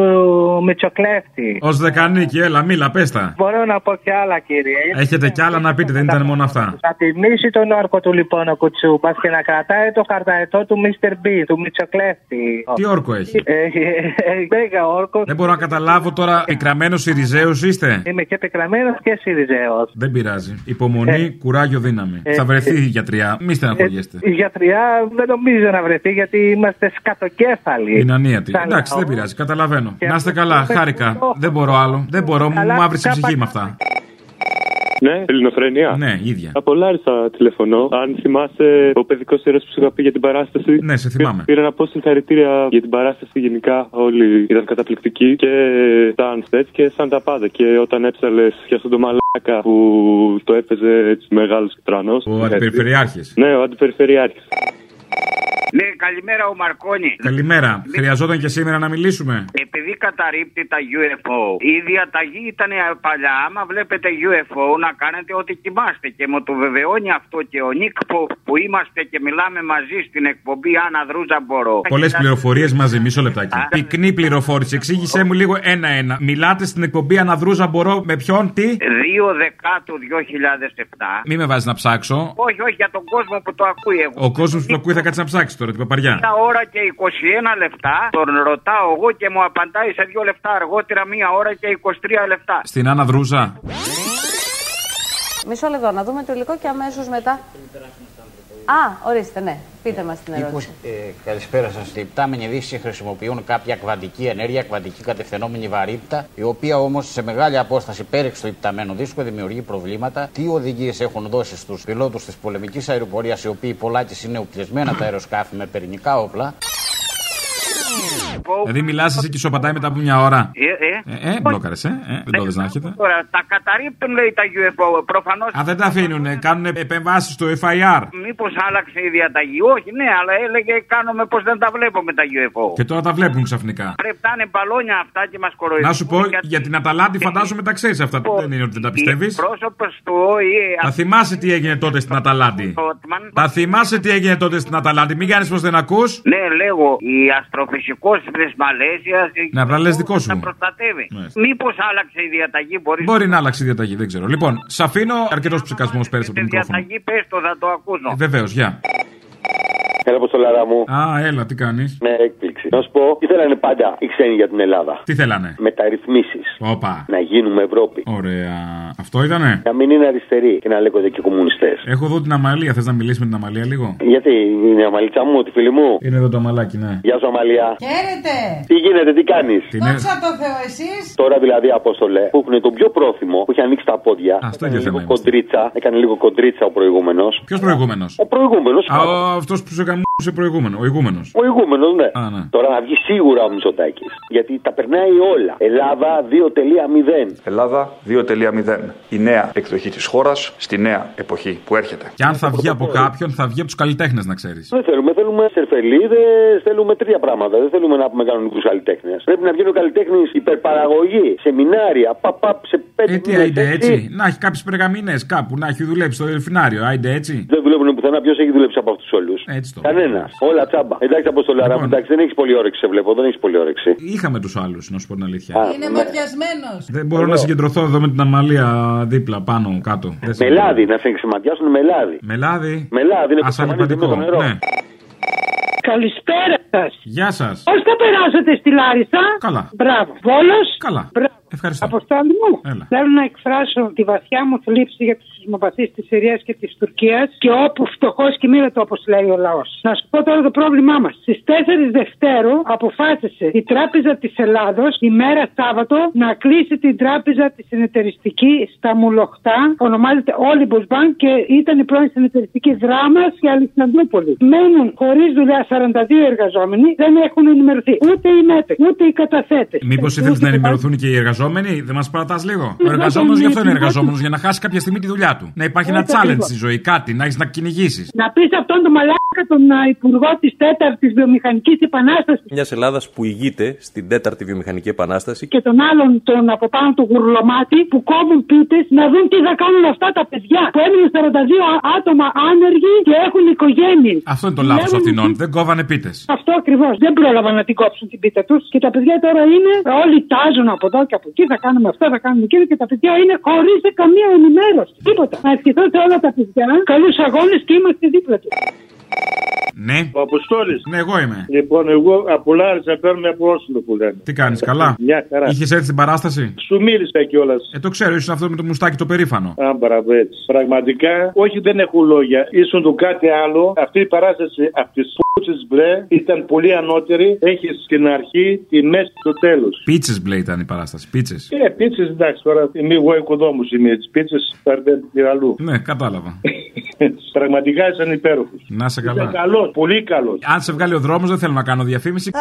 Speaker 14: Μητσοκλέφτη.
Speaker 3: Ως δεκανίκη, έλα, μίλα, πες τα.
Speaker 14: Μπορώ να πω και άλλα, κύριε.
Speaker 3: Έχετε κι άλλα να πείτε, δεν ήταν μόνο αυτά.
Speaker 14: Να τιμήσει τον όρκο του λοιπόν ο Κουτσούπα και να κρατάει το χαρταετό του Mr. B, του Μητσοκλέφτη.
Speaker 3: Τι όρκο έχει.
Speaker 14: Έχει έχει ε, μέγα όρκο.
Speaker 3: Δεν μπορώ να καταλάβω τώρα, πικραμένος Ιριζέο είστε.
Speaker 14: Είμαι και πικραμένος και Σιριζέος.
Speaker 3: Δεν πειράζει. Υπομονή, κουράγιο, δύναμη.
Speaker 14: Ε,
Speaker 3: Θα βρεθεί
Speaker 14: ε,
Speaker 3: η γιατριά. Μη στεναχωριέστε.
Speaker 14: Η γιατριά δεν νομίζω να βρεθεί γιατί είμαστε σκατοκέφαλοι.
Speaker 3: Είναι ανίατη.
Speaker 14: Σαν
Speaker 3: Εντάξει,
Speaker 14: λαό.
Speaker 3: δεν πειράζει, καταλαβαίνω.
Speaker 14: ε, Και
Speaker 3: Να είστε
Speaker 14: αυτό
Speaker 3: καλά,
Speaker 14: το
Speaker 3: χάρηκα. Δεν μπορώ άλλο. Δεν μπορώ, μου
Speaker 14: Καλά,
Speaker 3: μαύρησε η ψυχή
Speaker 14: κάπα-
Speaker 3: με αυτά.
Speaker 28: Ναι, ελληνοφρένεια.
Speaker 3: Ναι, ίδια.
Speaker 28: Από Λάρισα τηλεφωνώ. Αν θυμάσαι ο παιδικός ήρωας που σου είχα πει για την παράσταση.
Speaker 3: Ναι, σε θυμάμαι.
Speaker 28: Πήρα να πω συγχαρητήρια για την παράσταση. Γενικά όλοι ήταν καταπληκτικοί και σαν στέτ και σαν τα πάντα. Και όταν έψαλες και αυτόν τον μαλάκα που το έπαιζε έτσι μεγάλος και τρανός. Ο
Speaker 3: αντιπεριφερειάρχης.
Speaker 28: Ναι, ο αντιπεριφερειάρχης.
Speaker 13: Ναι, καλημέρα ο Μαρκόνη.
Speaker 3: Καλημέρα. Χρειαζόταν και σήμερα να μιλήσουμε.
Speaker 13: Επειδή κατά τα ρίπτει τα UFO. Η διαταγή ήταν παλιά. Άμα βλέπετε UFO, να κάνετε ότι κοιμάστε. Και μου το βεβαιώνει αυτό και ο Νίκ που είμαστε και μιλάμε μαζί στην εκπομπή Άννα Δρούζα Μπορώ.
Speaker 3: Πολλέ πληροφορίες μαζί, μισό λεπτάκι. Πυκνή πληροφόρηση, εξήγησέ μου λίγο ένα-ένα. Μιλάτε στην εκπομπή Αναδρούζα Μπορώ με ποιον, τι.
Speaker 13: 2 Δεκάτου 2007.
Speaker 3: Μη με βάζεις να ψάξω.
Speaker 13: Όχι, όχι, για τον κόσμο που το ακούει εγώ.
Speaker 3: Ο κόσμος που το ακούει θα κάτσει να ψάξει τώρα, την παπαριά.
Speaker 13: Μια ώρα και 21 λεπτά τον ρωτάω εγώ και μου απαντάει σε 2 λεπτά αργότερα, μία ώρα και 23 λεπτά.
Speaker 3: Στην Άννα Δρούζα.
Speaker 8: Μισό λεπτό, να δούμε το υλικό και αμέσως μετά. Α, ορίστε, ναι. Πείτε μας την ερώτηση.
Speaker 10: Ε, καλησπέρα σας. Οι πτάμενοι δύσει χρησιμοποιούν κάποια κβαντική ενέργεια, κβαντική κατευθυνόμενη βαρύτητα, η οποία όμως σε μεγάλη απόσταση πέριξ του υπταμένου δίσκου δημιουργεί προβλήματα. Τι οδηγίες έχουν δώσει στους πιλότους της πολεμικής αεροπορίας, οι οποίοι πολλά τη είναι οπλισμένα τα αεροσκάφη με πυρηνικά όπλα.
Speaker 3: Δηλαδή, μιλά εσύ και σοπατάει μετά από μια ώρα.
Speaker 13: Ε,
Speaker 3: ε, ε μπλόκαρες, ε, ε, δεν το δει να έρχεται.
Speaker 13: Τώρα, τα καταρρύπτουν λέει τα UFO, προφανώς.
Speaker 3: Α, δεν τα αφήνουν, κάνουν επεμβάσεις στο FIR.
Speaker 13: Μήπως άλλαξε η διαταγή, όχι, ναι, αλλά έλεγε κάνουμε πως δεν τα βλέπουμε τα UFO.
Speaker 3: Και τώρα τα βλέπουν ξαφνικά.
Speaker 13: Πρέπει να είναι μπαλόνια αυτά και μας κοροϊδεύουν.
Speaker 3: Να σου πω για, για την Αταλάντη, φαντάζομαι τα ξέρεις αυτά. Δεν είναι ότι δεν τα πιστεύεις.
Speaker 13: Πρόσωπος του ΟΗΕ.
Speaker 3: Θα θυμάσαι τι έγινε τότε στην Αταλάντη. Θα θυμάσαι τι έγινε τότε στην Αταλάντη. Μην κάνεις πως δεν ακούς.
Speaker 13: Ναι, λέγω, η αστροφυσικός τη Μαλαίσια.
Speaker 3: Να βράλε δικό σου.
Speaker 13: προστατεύει. Μήπως άλλαξε η διαταγή, μπορείς.
Speaker 3: Μπορεί να άλλαξει η διαταγή, δεν ξέρω. Λοιπόν, σ' αφήνω αρκετός ψυχασμό πέρυσι από το μικρόφωνο.
Speaker 13: διαταγή, πες το, θα το ακούσω.
Speaker 3: Ε, Βεβαίως, γεια.
Speaker 16: Έλα, Αποστολάρα μου.
Speaker 3: Α, έλα, τι κάνεις.
Speaker 16: Με έκπληξη. Να σου πω, τι θέλανε πάντα οι ξένοι για την Ελλάδα.
Speaker 3: Τι θέλανε.
Speaker 16: Μεταρρυθμίσεις.
Speaker 3: Όπα.
Speaker 16: Να γίνουμε Ευρώπη.
Speaker 3: Ωραία. Αυτό ναι. ήτανε.
Speaker 16: Να μην είναι αριστεροί και να λέγονται και κομμουνιστές.
Speaker 3: Έχω εδώ την Αμαλία. Θες να μιλήσεις με την Αμαλία λίγο.
Speaker 16: Γιατί είναι η Αμαλίτσα μου, τη φίλη μου.
Speaker 3: Είναι εδώ το αμαλάκι, ναι.
Speaker 16: Γεια σου, Αμαλία.
Speaker 12: Χαίρετε.
Speaker 16: Τι γίνεται, τι κάνεις.
Speaker 3: Την ε-
Speaker 12: Δόξα τω Θεώ, εσείς.
Speaker 16: Τώρα δηλαδή, Απόστολε, που έχουν τον πιο πρόθυμο που είχε ανοίξει τα πόδια.
Speaker 3: αυτό
Speaker 16: Έκανε
Speaker 3: για
Speaker 16: λίγο
Speaker 3: θέμα είμαστε.
Speaker 16: κοντρίτσα. Έκανε λίγο κοντρίτσα ο προηγούμενος.
Speaker 3: Ποιος προηγούμενος.
Speaker 16: Ο προηγούμενος.
Speaker 3: Αυτός που σε καμούσε προηγούμενο. Ο ηγούμενος.
Speaker 16: Ο ηγούμενος, ναι.
Speaker 3: Α, ναι.
Speaker 16: Τώρα να βγει σίγουρα ο Μητσοτάκης. Γιατί τα περνάει όλα. Ελλάδα 2.0.
Speaker 5: Ελλάδα 2.0. Η νέα εκδοχή της χώρας στη νέα εποχή που έρχεται.
Speaker 3: Και αν θα βγει από κάποιον, θα βγει από τους καλλιτέχνες, να ξέρεις.
Speaker 16: Δεν θέλουμε, θέλουμε σερφελίδες, θέλουμε τρία πράγματα. Δεν θέλουμε να πούμε κανονικούς καλλιτέχνες. Πρέπει να βγαίνει ο καλλιτέχνης υπερπαραγωγή, σεμινάρια, παπαπ σε πέντε
Speaker 3: Ε, τι,
Speaker 16: μήνες,
Speaker 3: άιντε
Speaker 16: έξι.
Speaker 3: έτσι. Να έχει κάποιε περγαμίνε κάπου, να έχει δουλέψει στο δελφινάριο. Άιντε έτσι.
Speaker 16: Δεν δουλεύουν πουθενά. Ποιος έχει δουλέψει από αυτούς όλους.
Speaker 3: Έτσι το. Λοιπόν.
Speaker 16: Κανένας. Όλα τσάμπα. Εντάξει, Αποστολάρα, μου, εντάξει, δεν έχεις πολύ όρεξη, σε βλέπω. Δεν έχεις πολύ όρεξη.
Speaker 3: Είχαμε τους άλλους, να σου πω την αλήθεια.
Speaker 12: Είναι μοριασμένος.
Speaker 3: Δεν μπορώ να συγκεντρωθώ εδώ με την αμαλία δίπλα, πάνω, κάτω. Δεν σε-
Speaker 16: Μελάδι, να σε ξεματιάσουν μελάδι.
Speaker 3: Μελάδι.
Speaker 16: Μελάδι είναι που
Speaker 3: Ας
Speaker 16: σταματίζει με
Speaker 3: αντιπατικό.
Speaker 16: το νερό.
Speaker 3: Ναι.
Speaker 29: Καλησπέρα σας.
Speaker 3: Γεια σας.
Speaker 29: Πώς θα περάσετε στη Λάρισα.
Speaker 3: Καλά.
Speaker 29: Μπράβο. Βόλος.
Speaker 3: Καλά.
Speaker 29: Μπράβο.
Speaker 3: Ευχαριστώ.
Speaker 29: Αποστόλη μου.
Speaker 3: Έλα.
Speaker 29: Θέλω να εκφράσω τη βαθιά μου θλίψη για τους σεισμοπαθεί της Συρίας και της Τουρκίας και όπου φτωχός και μοίρα όπω λέει ο λαός. Να σου πω τώρα το πρόβλημά μας. Στις 4 Δευτέρου αποφάσισε η Τράπεζα της Ελλάδος ημέρα Σάββατο να κλείσει την τράπεζα της συνεταιριστική στα Μουλοχτά. Ονομάζεται Olympus Bank και ήταν η πρώην συνεταιριστική δράμα και Αλεξανδρούπολη. Μένουν χωρίς δουλειά 42 εργαζόμενοι, δεν έχουν ενημερωθεί ούτε οι μέτρε, ούτε οι καταθέτες.
Speaker 3: Μήπως ήθελες να ενημερωθούν και οι εργαζόμενοι, δεν μας παρατάς λίγο. Ο
Speaker 29: Ναι,
Speaker 3: εργαζόμενο
Speaker 29: ναι,
Speaker 3: γι' αυτό είναι
Speaker 29: ναι,
Speaker 3: εργαζόμενος, για να χάσει κάποια στιγμή τη δουλειά του. Να υπάρχει
Speaker 29: Ναι,
Speaker 3: ένα
Speaker 29: ναι,
Speaker 3: challenge
Speaker 29: ναι.
Speaker 3: στη ζωή, κάτι, να έχεις να κυνηγήσεις.
Speaker 29: Να πεις αυτόν τον μαλάκα τον α, υπουργό της τέταρτης βιομηχανικής επανάστασης
Speaker 30: Μιας Ελλάδας που ηγείται στην τέταρτη βιομηχανική επανάσταση.
Speaker 29: και τον άλλον τον από πάνω του γουρλωμάτι που κόβουν πίτε να δουν τι θα κάνουν αυτά τα παιδιά που έμειναν 42 άτομα άνεργοι και έχουν οικογένειες.
Speaker 3: Αυτό είναι το
Speaker 21: Ναι,
Speaker 3: λάθο αυτινών. Δεν κόβανε πίτες.
Speaker 29: Αυτό ακριβώς. Δεν πρόλαβαν να την κόψουν την πίτα τους. Και τα παιδιά τώρα είναι. Όλοι τάζουν από εδώ και από εκεί. Θα κάνουμε αυτό, θα κάνουμε εκείνο. Και τα παιδιά είναι χωρίς καμία ενημέρωση. Τίποτα. Να ευχηθώ σε όλα τα παιδιά. Καλούς αγώνες και είμαστε δίπλα τους.
Speaker 3: Ναι.
Speaker 31: Ο Αποστόλης.
Speaker 3: Ναι, εγώ είμαι.
Speaker 31: Λοιπόν, εγώ από Λάρισα παίρνω από Όσλο που λένε.
Speaker 3: Τι κάνεις, καλά.
Speaker 31: Μια χαρά.
Speaker 3: Είχες έρθει στην παράσταση.
Speaker 31: Σου μίλησα κιόλας.
Speaker 3: Ε, το ξέρω, ήσουν αυτό με το μουστάκι το περήφανο.
Speaker 31: Αν παραβέτς. Πραγματικά, όχι δεν έχω λόγια. Ήσουν του κάτι άλλο. Αυτή η παράσταση από τις πούτσε μπλε ήταν πολύ ανώτερη. Έχει στην αρχή, τη μέση, το τέλος.
Speaker 3: Πίτσες μπλε ήταν η παράσταση. Πίτσες.
Speaker 31: Ε, πίτσες εντάξει τώρα. Είμαι εγώ οικοδόμο. Είμαι τι πίτσε, παίρνετε αλλού.
Speaker 3: Ναι, κατάλαβα.
Speaker 31: Πραγματικά ήσαν υπέροχο.
Speaker 3: Να σε
Speaker 31: Ήταν
Speaker 3: καλά.
Speaker 31: καλός, πολύ καλός.
Speaker 3: Αν σε βγάλει ο δρόμος, δεν θέλω να κάνω διαφήμιση.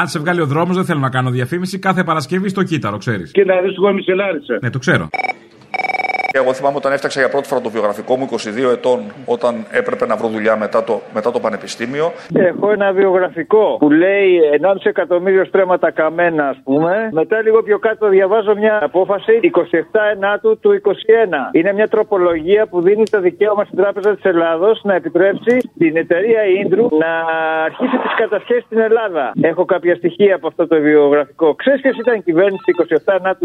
Speaker 3: Αν σε βγάλει ο δρόμος, δεν θέλω να κάνω διαφήμιση. Κάθε Παρασκευή στο κύτταρο, ξέρεις.
Speaker 14: ε.
Speaker 31: Και να δεις, εγώ είμαι σε Λάρισα.
Speaker 3: Ναι, το ξέρω.
Speaker 5: Και εγώ θυμάμαι όταν έφτιαξα για πρώτη φορά το βιογραφικό μου 22 ετών, όταν έπρεπε να βρω δουλειά μετά το, μετά το πανεπιστήμιο.
Speaker 21: Έχω ένα βιογραφικό που λέει 1,5 εκατομμύριο στρέμματα καμένα, ας πούμε. Μετά λίγο πιο κάτω διαβάζω μια απόφαση 27 Ενάτου του 21. Είναι μια τροπολογία που δίνει το δικαίωμα στην Τράπεζα της Ελλάδος να επιτρέψει την εταιρεία Ίντρου να αρχίσει τις κατασχέσεις στην Ελλάδα. Έχω κάποια στοιχεία από αυτό το βιογραφικό. Ξέρεις ποιος ήταν η κυβέρνηση 27 Ενάτου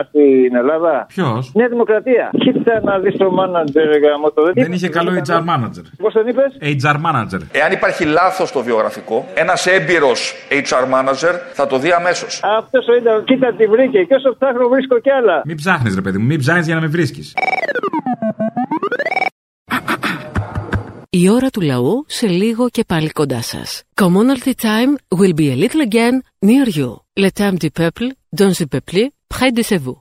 Speaker 21: 21 στην Ελλάδα.
Speaker 3: Ποιο?
Speaker 21: Νέα Δημοκρατία. Κοίτα να δεις το μάνατζερ γάμο το
Speaker 3: Δεν είχε καλό HR manager.
Speaker 21: Πώς τον είπες,
Speaker 3: HR manager.
Speaker 5: Εάν υπάρχει λάθος στο βιογραφικό, ένας έμπειρος HR manager θα το δει αμέσως.
Speaker 21: Αυτός ο Ίνταλο, κοίτα τι βρήκε. Και όσο ψάχνω, βρίσκω κι άλλα.
Speaker 3: Μην ψάχνεις, ρε παιδί μου, μην ψάχνεις για να με βρίσκεις.
Speaker 1: Η ώρα του λαού σε λίγο και πάλι κοντά σας. Commonalty time will be a little again near you. Le temps du peuple, dans le peuple, près de chez vous.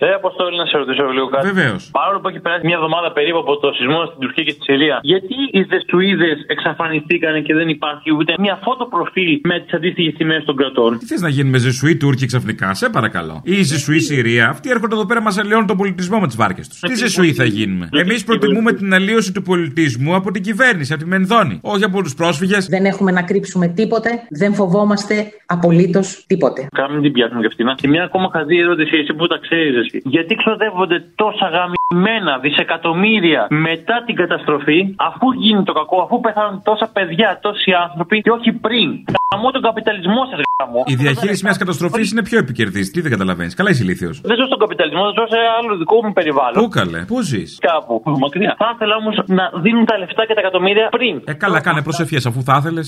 Speaker 32: Ε, Αποστόλη, να σε ρωτήσω λίγο κάτι.
Speaker 3: Βεβαίως.
Speaker 32: Παρόλο που έχει περάσει μια εβδομάδα περίπου από το σεισμό στην Τουρκία και τη Συρία, γιατί οι δε Σουηδέ εξαφανιστήκαν και δεν υπάρχει ούτε μια φώτο προφίλ με τις αντίστοιχες σημαίε των κρατών.
Speaker 3: Τι θες να γίνει με Ζεσουή Τούρκοι ξαφνικά, σε παρακαλώ. Ή η Ζεσουή Συρία, αυτοί έρχονται εδώ πέρα, μας αλλοιώνουν τον πολιτισμό με τις βάρκες τους. Τι Ζεσουή θα γίνουμε. Εμεί προτιμούμε την αλλίωση του πολιτισμού από την κυβέρνηση, από τη Μενδόνη. Όχι από τους πρόσφυγες.
Speaker 33: Δεν έχουμε να κρύψουμε τίποτε, δεν φοβόμαστε απολύτως τίποτε.
Speaker 32: Κάμε μην την πιάσουμε και αυτή. να. Και μια ακόμα χαζή ερώτηση, εσύ που τα ξέρεις, εσύ. Γιατί ξοδεύονται τόσα γαμημένα δισεκατομμύρια μετά την καταστροφή, αφού γίνει το κακό, αφού πεθάνουν τόσα παιδιά, τόσοι άνθρωποι, και όχι πριν. Γαμώ τον καπιταλισμό σας, γαμώ.
Speaker 3: Η διαχείριση μιας καταστροφής είναι πιο επικερδής. Τι δεν καταλαβαίνεις. Καλά, είσαι ηλίθιος.
Speaker 32: Δεν ζω στον καπιταλισμό, ζω σε άλλο δικό μου περιβάλλον.
Speaker 3: Πού καλέ, πού ζεις.
Speaker 32: Κάπου, μακριά. Θα ήθελα όμως να δίνουν τα λεφτά και τα εκατομμύρια πριν.
Speaker 3: Ε, καλά, κάνε προσευχές αφού θα ήθελες.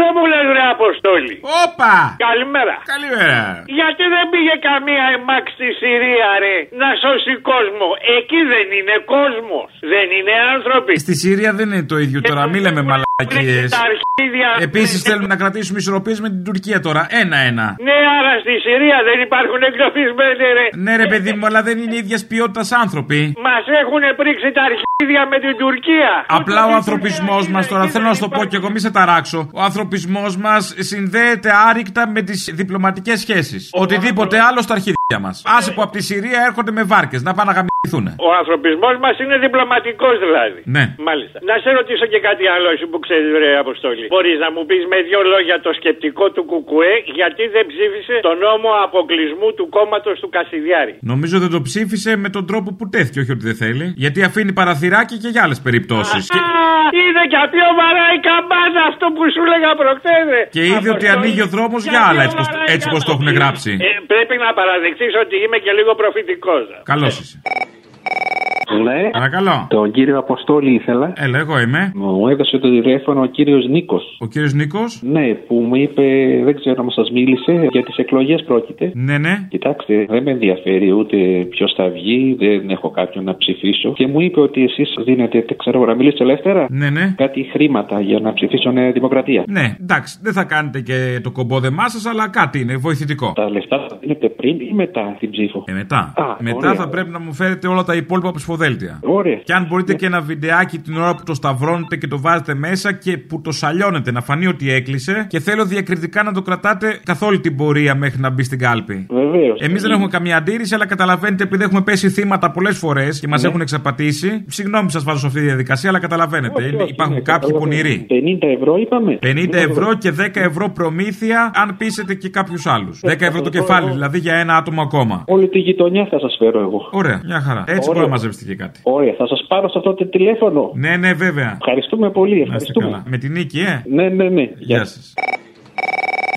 Speaker 11: Δεν μου λες ρε Αποστόλη.
Speaker 3: Όπα!
Speaker 11: Καλημέρα.
Speaker 3: Καλημέρα.
Speaker 11: Γιατί δεν πήγε καμία εμάξ στη Συρία ρε να σώσει κόσμο. Εκεί δεν είναι κόσμος. Δεν είναι άνθρωποι.
Speaker 3: Στη Συρία δεν είναι το ίδιο τώρα, μη λέμε μαλακίε.
Speaker 11: Τα αρχίδια.
Speaker 3: Επίσης θέλουμε να κρατήσουμε ισορροπίες με την Τουρκία τώρα. Ένα-ένα.
Speaker 11: Ναι, άρα στη Συρία δεν υπάρχουν εγκλωβισμένοι ρε.
Speaker 3: Ναι, ρε παιδί μου, αλλά δεν είναι ίδιας ποιότητας άνθρωποι.
Speaker 11: Μας έχουν πρίξει τα αρχίδια με την Τουρκία.
Speaker 3: Απλά ο ανθρωπισμό μα τώρα, θέλω να σου το πω και εγώ, μη σε ταράξω. Ο ανθρωπισμός μας συνδέεται άρρηκτα με τις διπλωματικές σχέσεις. Οτιδήποτε άλλο στα αρχίδια μα. Άσε που από τη Συρία έρχονται με βάρκες να πάνε να γαμηθούν.
Speaker 11: Ο ανθρωπισμός μας είναι διπλωματικός δηλαδή.
Speaker 3: Ναι.
Speaker 11: Μάλιστα. Να σε ρωτήσω και κάτι άλλο, εσύ που ξέρεις, ρε Αποστολή. Μπορείς να μου πεις με δύο λόγια το σκεπτικό του Κουκουέ γιατί δεν ψήφισε τον νόμο αποκλεισμού του κόμματος του Κασιδιάρη.
Speaker 3: Νομίζω δεν το ψήφισε με τον τρόπο που τέθηκε, όχι ότι δεν θέλει. Γιατί αφήνει παραθυράκι και για άλλες περιπτώσεις. Και,
Speaker 11: Α, είδε και απ' ποιο βαράει η καμπάνα αυτό που σου λέγα προχτές, ρε.
Speaker 3: και είδε ότι ανοίγει ο δρόμος για άλλα, έτσι πως- έτσι πως το έχουν γράψει.
Speaker 11: Ε, πρέπει να παραδεχτείς ότι είμαι και λίγο προφητικός.
Speaker 3: Καλώς είσαι.
Speaker 9: Ναι.
Speaker 3: Παρακαλώ.
Speaker 9: Τον κύριο Αποστόλη ήθελα.
Speaker 3: Έλα, εγώ είμαι.
Speaker 9: Μου έδωσε το τηλέφωνο ο κύριος Νίκος.
Speaker 3: Ο κύριος Νίκος.
Speaker 9: Ναι, που μου είπε, δεν ξέρω αν σας μίλησε, για τις εκλογές πρόκειται.
Speaker 3: Ναι, ναι.
Speaker 9: Κοιτάξτε, δεν με ενδιαφέρει ούτε ποιος θα βγει, δεν έχω κάποιον να ψηφίσω. Και μου είπε ότι εσείς δίνετε, δεν ξέρω να μιλήσετε ελεύθερα.
Speaker 3: Ναι, ναι.
Speaker 9: Κάτι χρήματα για να ψηφίσω Νέα Δημοκρατία.
Speaker 3: Ναι, εντάξει, δεν θα κάνετε και το κομπόδεμά σας, αλλά κάτι είναι βοηθητικό.
Speaker 9: Τα λεφτά θα δίνετε πριν ή μετά την ψήφο.
Speaker 3: Ε, μετά.
Speaker 9: Α,
Speaker 3: Μετά
Speaker 9: ωραία.
Speaker 3: θα πρέπει να μου φέρετε όλα τα υπόλοιπα ψηφοδέλτια.
Speaker 9: Ωραία. Ναι.
Speaker 3: Και αν μπορείτε και ένα βιντεάκι την ώρα που το σταυρώνετε και το βάζετε μέσα και που το σαλιώνετε να φανεί ότι έκλεισε. Και θέλω διακριτικά να το κρατάτε καθ' όλη την πορεία μέχρι να μπει στην κάλπη.
Speaker 9: Βεβαίως.
Speaker 3: Εμείς δεν έχουμε καμία αντίρρηση, αλλά καταλαβαίνετε επειδή έχουμε πέσει θύματα πολλές φορές και μας
Speaker 9: Ναι.
Speaker 3: έχουν εξαπατήσει. Συγγνώμη που σας βάζω σε αυτή τη διαδικασία, αλλά καταλαβαίνετε. είναι- υπάρχουν
Speaker 9: ναι,
Speaker 3: κάποιοι πονηροί.
Speaker 9: 50 ευρώ είπαμε.
Speaker 3: 50 ευρώ και 10 ευρώ προμήθεια αν πείσετε και κάποιους άλλους. 10 ευρώ το κεφάλι, δηλαδή για ένα άτομο ακόμα.
Speaker 9: Όλη τη γειτονιά θα σας φέρω εγώ.
Speaker 3: Ωραία, μια χαρά. Έτσι
Speaker 9: Ωραία.
Speaker 3: μπορεί να μαζέψετε και κάτι.
Speaker 9: Ωραία, θα σας πάρω σε αυτό το τηλέφωνο.
Speaker 3: Ναι, ναι, βέβαια.
Speaker 9: Ευχαριστούμε πολύ.
Speaker 3: Να είστε καλά. Με την νίκη, ε.
Speaker 9: Ναι, ναι, ναι.
Speaker 3: Γεια σα.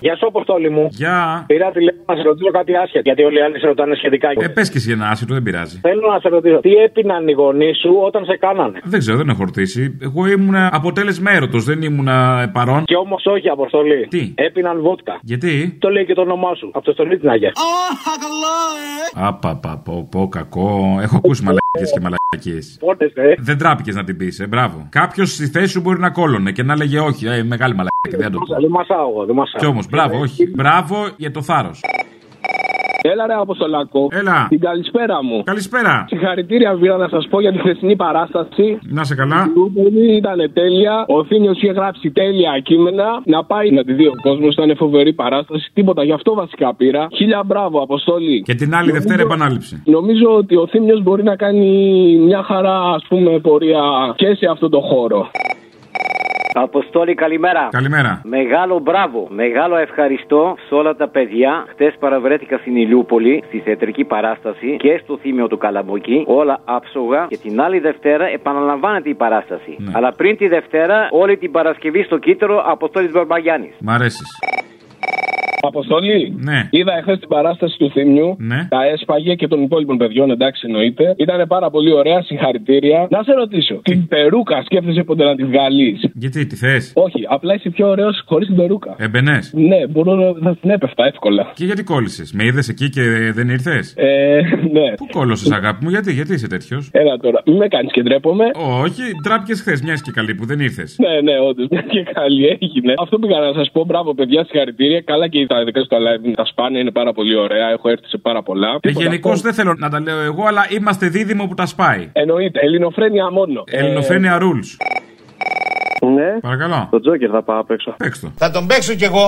Speaker 34: Γεια σου, Αποστόλη μου.
Speaker 3: Γεια.
Speaker 34: Πήρα τηλέφωνο να σε ρωτήσω κάτι άσχετο, γιατί όλοι οι άλλοι σε ρωτάνε σχετικά.
Speaker 3: Ε, πες και εσύ ένα άσχετο, δεν πειράζει.
Speaker 34: Θέλω να σε ρωτήσω, τι έπιναν οι γονείς σου όταν σε κάνανε.
Speaker 3: Δεν ξέρω, δεν έχω ρωτήσει. Εγώ ήμουνα αποτέλεσμα έρωτος, δεν ήμουνα παρόν.
Speaker 34: Και όμως όχι, Αποστολή.
Speaker 3: Τι?
Speaker 34: Έπιναν βότκα.
Speaker 3: Γιατί?
Speaker 34: Το λέει και το όνομά σου. Από το στολί την Αγία.
Speaker 3: Απαπαποπο, κακό. Έχω ακούσει μαλακίες και μαλακίες.
Speaker 34: Πότες, ε.
Speaker 3: Δεν τράπηκες να την πεις, ε, μπράβο. Κάποιος στη θέση σου μπορεί να κόλωνε και να λέγε όχι, ε, μεγάλη μαλακία, δεν το πω.
Speaker 34: Δεν μασάω εγώ, δεν μασάω.
Speaker 3: Κι όμως, μπράβο, όχι. Μπράβο για το θάρρος.
Speaker 34: Έλα ρε Αποστολάκο.
Speaker 3: Έλα.
Speaker 34: Την καλησπέρα μου.
Speaker 3: Καλησπέρα.
Speaker 34: Συγχαρητήρια πήρα να σας πω για τη χθεσινή παράσταση.
Speaker 3: Να σε καλά.
Speaker 34: Λούπολη ήταν τέλεια. Ο Θήμιος είχε γράψει τέλεια κείμενα. Να πάει να τη δει ο κόσμος. Ήταν φοβερή παράσταση. Τίποτα γι' αυτό βασικά πήρα. Χίλια μπράβο, Αποστολή.
Speaker 3: Και την άλλη Δευτέρα επανάληψη.
Speaker 34: Νομίζω ότι ο Θήμιος μπορεί να κάνει μια χαρά, ας πούμε, πορεία και σε αυτό το χώρο.
Speaker 14: Αποστόλη, καλημέρα.
Speaker 3: Καλημέρα.
Speaker 14: Μεγάλο μπράβο. Μεγάλο ευχαριστώ σε όλα τα παιδιά. Χτε παραβρέθηκα στην Ηλιούπολη, στη θεατρική παράσταση και στο θύμιο του Καλαμποκή. Όλα άψογα. Και την άλλη Δευτέρα επαναλαμβάνεται η παράσταση. Αλλά πριν τη Δευτέρα, όλη την Παρασκευή στο κύτταρο Αποστόλης Μπαρμπαγιάννης.
Speaker 3: Μ' αρέσεις.
Speaker 34: Αποστολή.
Speaker 3: Ναι.
Speaker 34: Είδα εχθές την παράσταση του Θήμιου.
Speaker 3: Ναι.
Speaker 34: Τα έσπαγε και των υπόλοιπων παιδιών, εντάξει εννοείται. Ήταν πάρα πολύ ωραία, συγχαρητήρια. Να σε ρωτήσω, την περούκα σκέφτεσαι ποτέ να τη βγάλεις.
Speaker 3: Γιατί, τι θες.
Speaker 34: Όχι, απλά είσαι πιο ωραίος χωρίς την περούκα.
Speaker 3: Εμπενέ.
Speaker 34: Ναι, μπορώ να θα την έπεφτα εύκολα.
Speaker 3: Και γιατί κόλλησες. Με είδες εκεί και δεν ήρθες.
Speaker 34: Ε, ναι.
Speaker 3: Πού κόλλωσες, αγάπη μου, γιατί, γιατί είσαι τέτοιος.
Speaker 34: Έλα τώρα, μην με κάνεις και ντρέπομαι.
Speaker 3: Όχι, ντράπηκες χθες, μιας και καλή που δεν ήρθες.
Speaker 34: Ναι, ναι, όντως. Μιας και καλή έγινε. Αυτό πήγα να σας πω. Μπράβο, παιδιά, συγχαρητήρια. Καλά και τα δικά σου τα live. Τα σπάνε είναι πάρα πολύ ωραία. Έχω έρθει σε πάρα πολλά.
Speaker 3: Ε,
Speaker 34: Τίποτα
Speaker 3: Γενικώς
Speaker 34: ακόμα.
Speaker 3: δεν θέλω να τα λέω εγώ, αλλά είμαστε δίδυμο που τα σπάει.
Speaker 34: Εννοείται. Ελληνοφρένια μόνο. Ε,
Speaker 3: Ελληνοφρένια rules.
Speaker 14: Ναι.
Speaker 3: Παρακαλώ.
Speaker 14: Το Τζόκερ θα πάω απ' έξω.
Speaker 3: Παίξτε.
Speaker 14: Θα τον παίξω κι εγώ.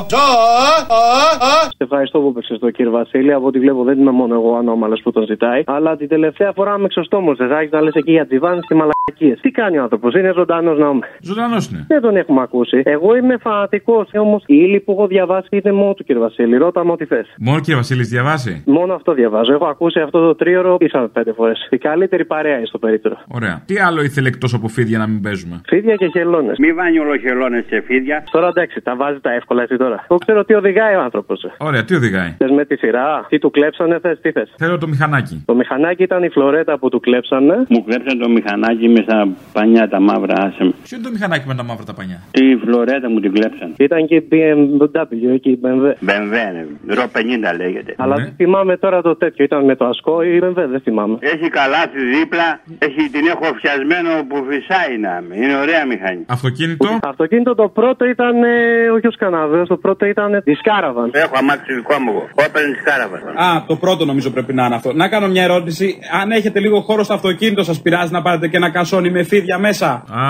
Speaker 14: Σε ευχαριστώ που παίξες το κύριε Βασίλη. Από ό,τι βλέπω δεν είμαι μόνο εγώ ανώμαλος που τον ζητάει. Αλλά την τελευταία φορά με ξεστόμωσες. Άρχισε να λες εκεί για τι βάνε και μαλακίες. Τι κάνει ο άνθρωπος, είναι ζωντανός νόμο.
Speaker 3: Ζωντανός είναι.
Speaker 14: Δεν τον έχουμε ακούσει. Εγώ είμαι φανατικός. Όμως η ύλη που έχω διαβάσει είναι μόνο του κύριε Βασίλη. Ρώτα μου ό,τι θες.
Speaker 3: Μόνο και Βασίλη διαβάσει.
Speaker 14: Μόνο αυτό διαβάζω. Έχω ακούσει αυτό το τρίωρο ήσαν πέντε φορές. Η καλύτερη παρέα είναι στο περίπτερο.
Speaker 3: Ωραία. Τι άλλο ήθελε εκτός από φίδια να μην παίζουμε.
Speaker 14: Φίδια και χελώνες.
Speaker 6: Μη βάνει όλο χελώνε σε φίδια.
Speaker 14: Τώρα εντάξει, τα βάζει τα εύκολα εσύ τώρα. Εγώ ξέρω τι οδηγάει ο άνθρωπος.
Speaker 3: Ωραία, τι οδηγάει.
Speaker 14: Θες με τη σειρά, τι του κλέψανε, θες, τι θες.
Speaker 3: Θέλω το μηχανάκι.
Speaker 14: Το μηχανάκι ήταν η φλωρέτα που του κλέψανε.
Speaker 6: Μου κλέψαν το μηχανάκι με στα πανιά τα μαύρα, άσε με.
Speaker 3: Ποιο είναι το μηχανάκι με τα μαύρα τα πανιά.
Speaker 6: Τη φλωρέτα μου την κλέψαν.
Speaker 14: Ήταν και η BMW, εκεί η BMW.
Speaker 6: Μπεμβένε, ρο 50 ναι, λέγεται.
Speaker 14: Αλλά
Speaker 3: Ναι.
Speaker 14: δεν θυμάμαι τώρα το τέτοιο. Ήταν με το ασκό ή BMW, δεν θυμάμαι.
Speaker 6: Έχει καλάθι δίπλα, έχει, την έχω φτιασμένο που φυσάει να με. Είναι ωραία μηχανή.
Speaker 3: Αυτοκίνητο.
Speaker 14: Αυτοκίνητο το πρώτο ήταν ε, όχι ο Καναδέο, το πρώτο ήταν της Σκάραβαν.
Speaker 6: Έχω αμάξι δικό μου εγώ. Όπεν σκάραβα.
Speaker 35: Α, το πρώτο νομίζω πρέπει να είναι αυτό. Να κάνω μια ερώτηση. Αν έχετε λίγο χώρο στο αυτοκίνητο, σας πειράζει να πάρετε και ένα κασόνι με φίδια μέσα.
Speaker 3: Α,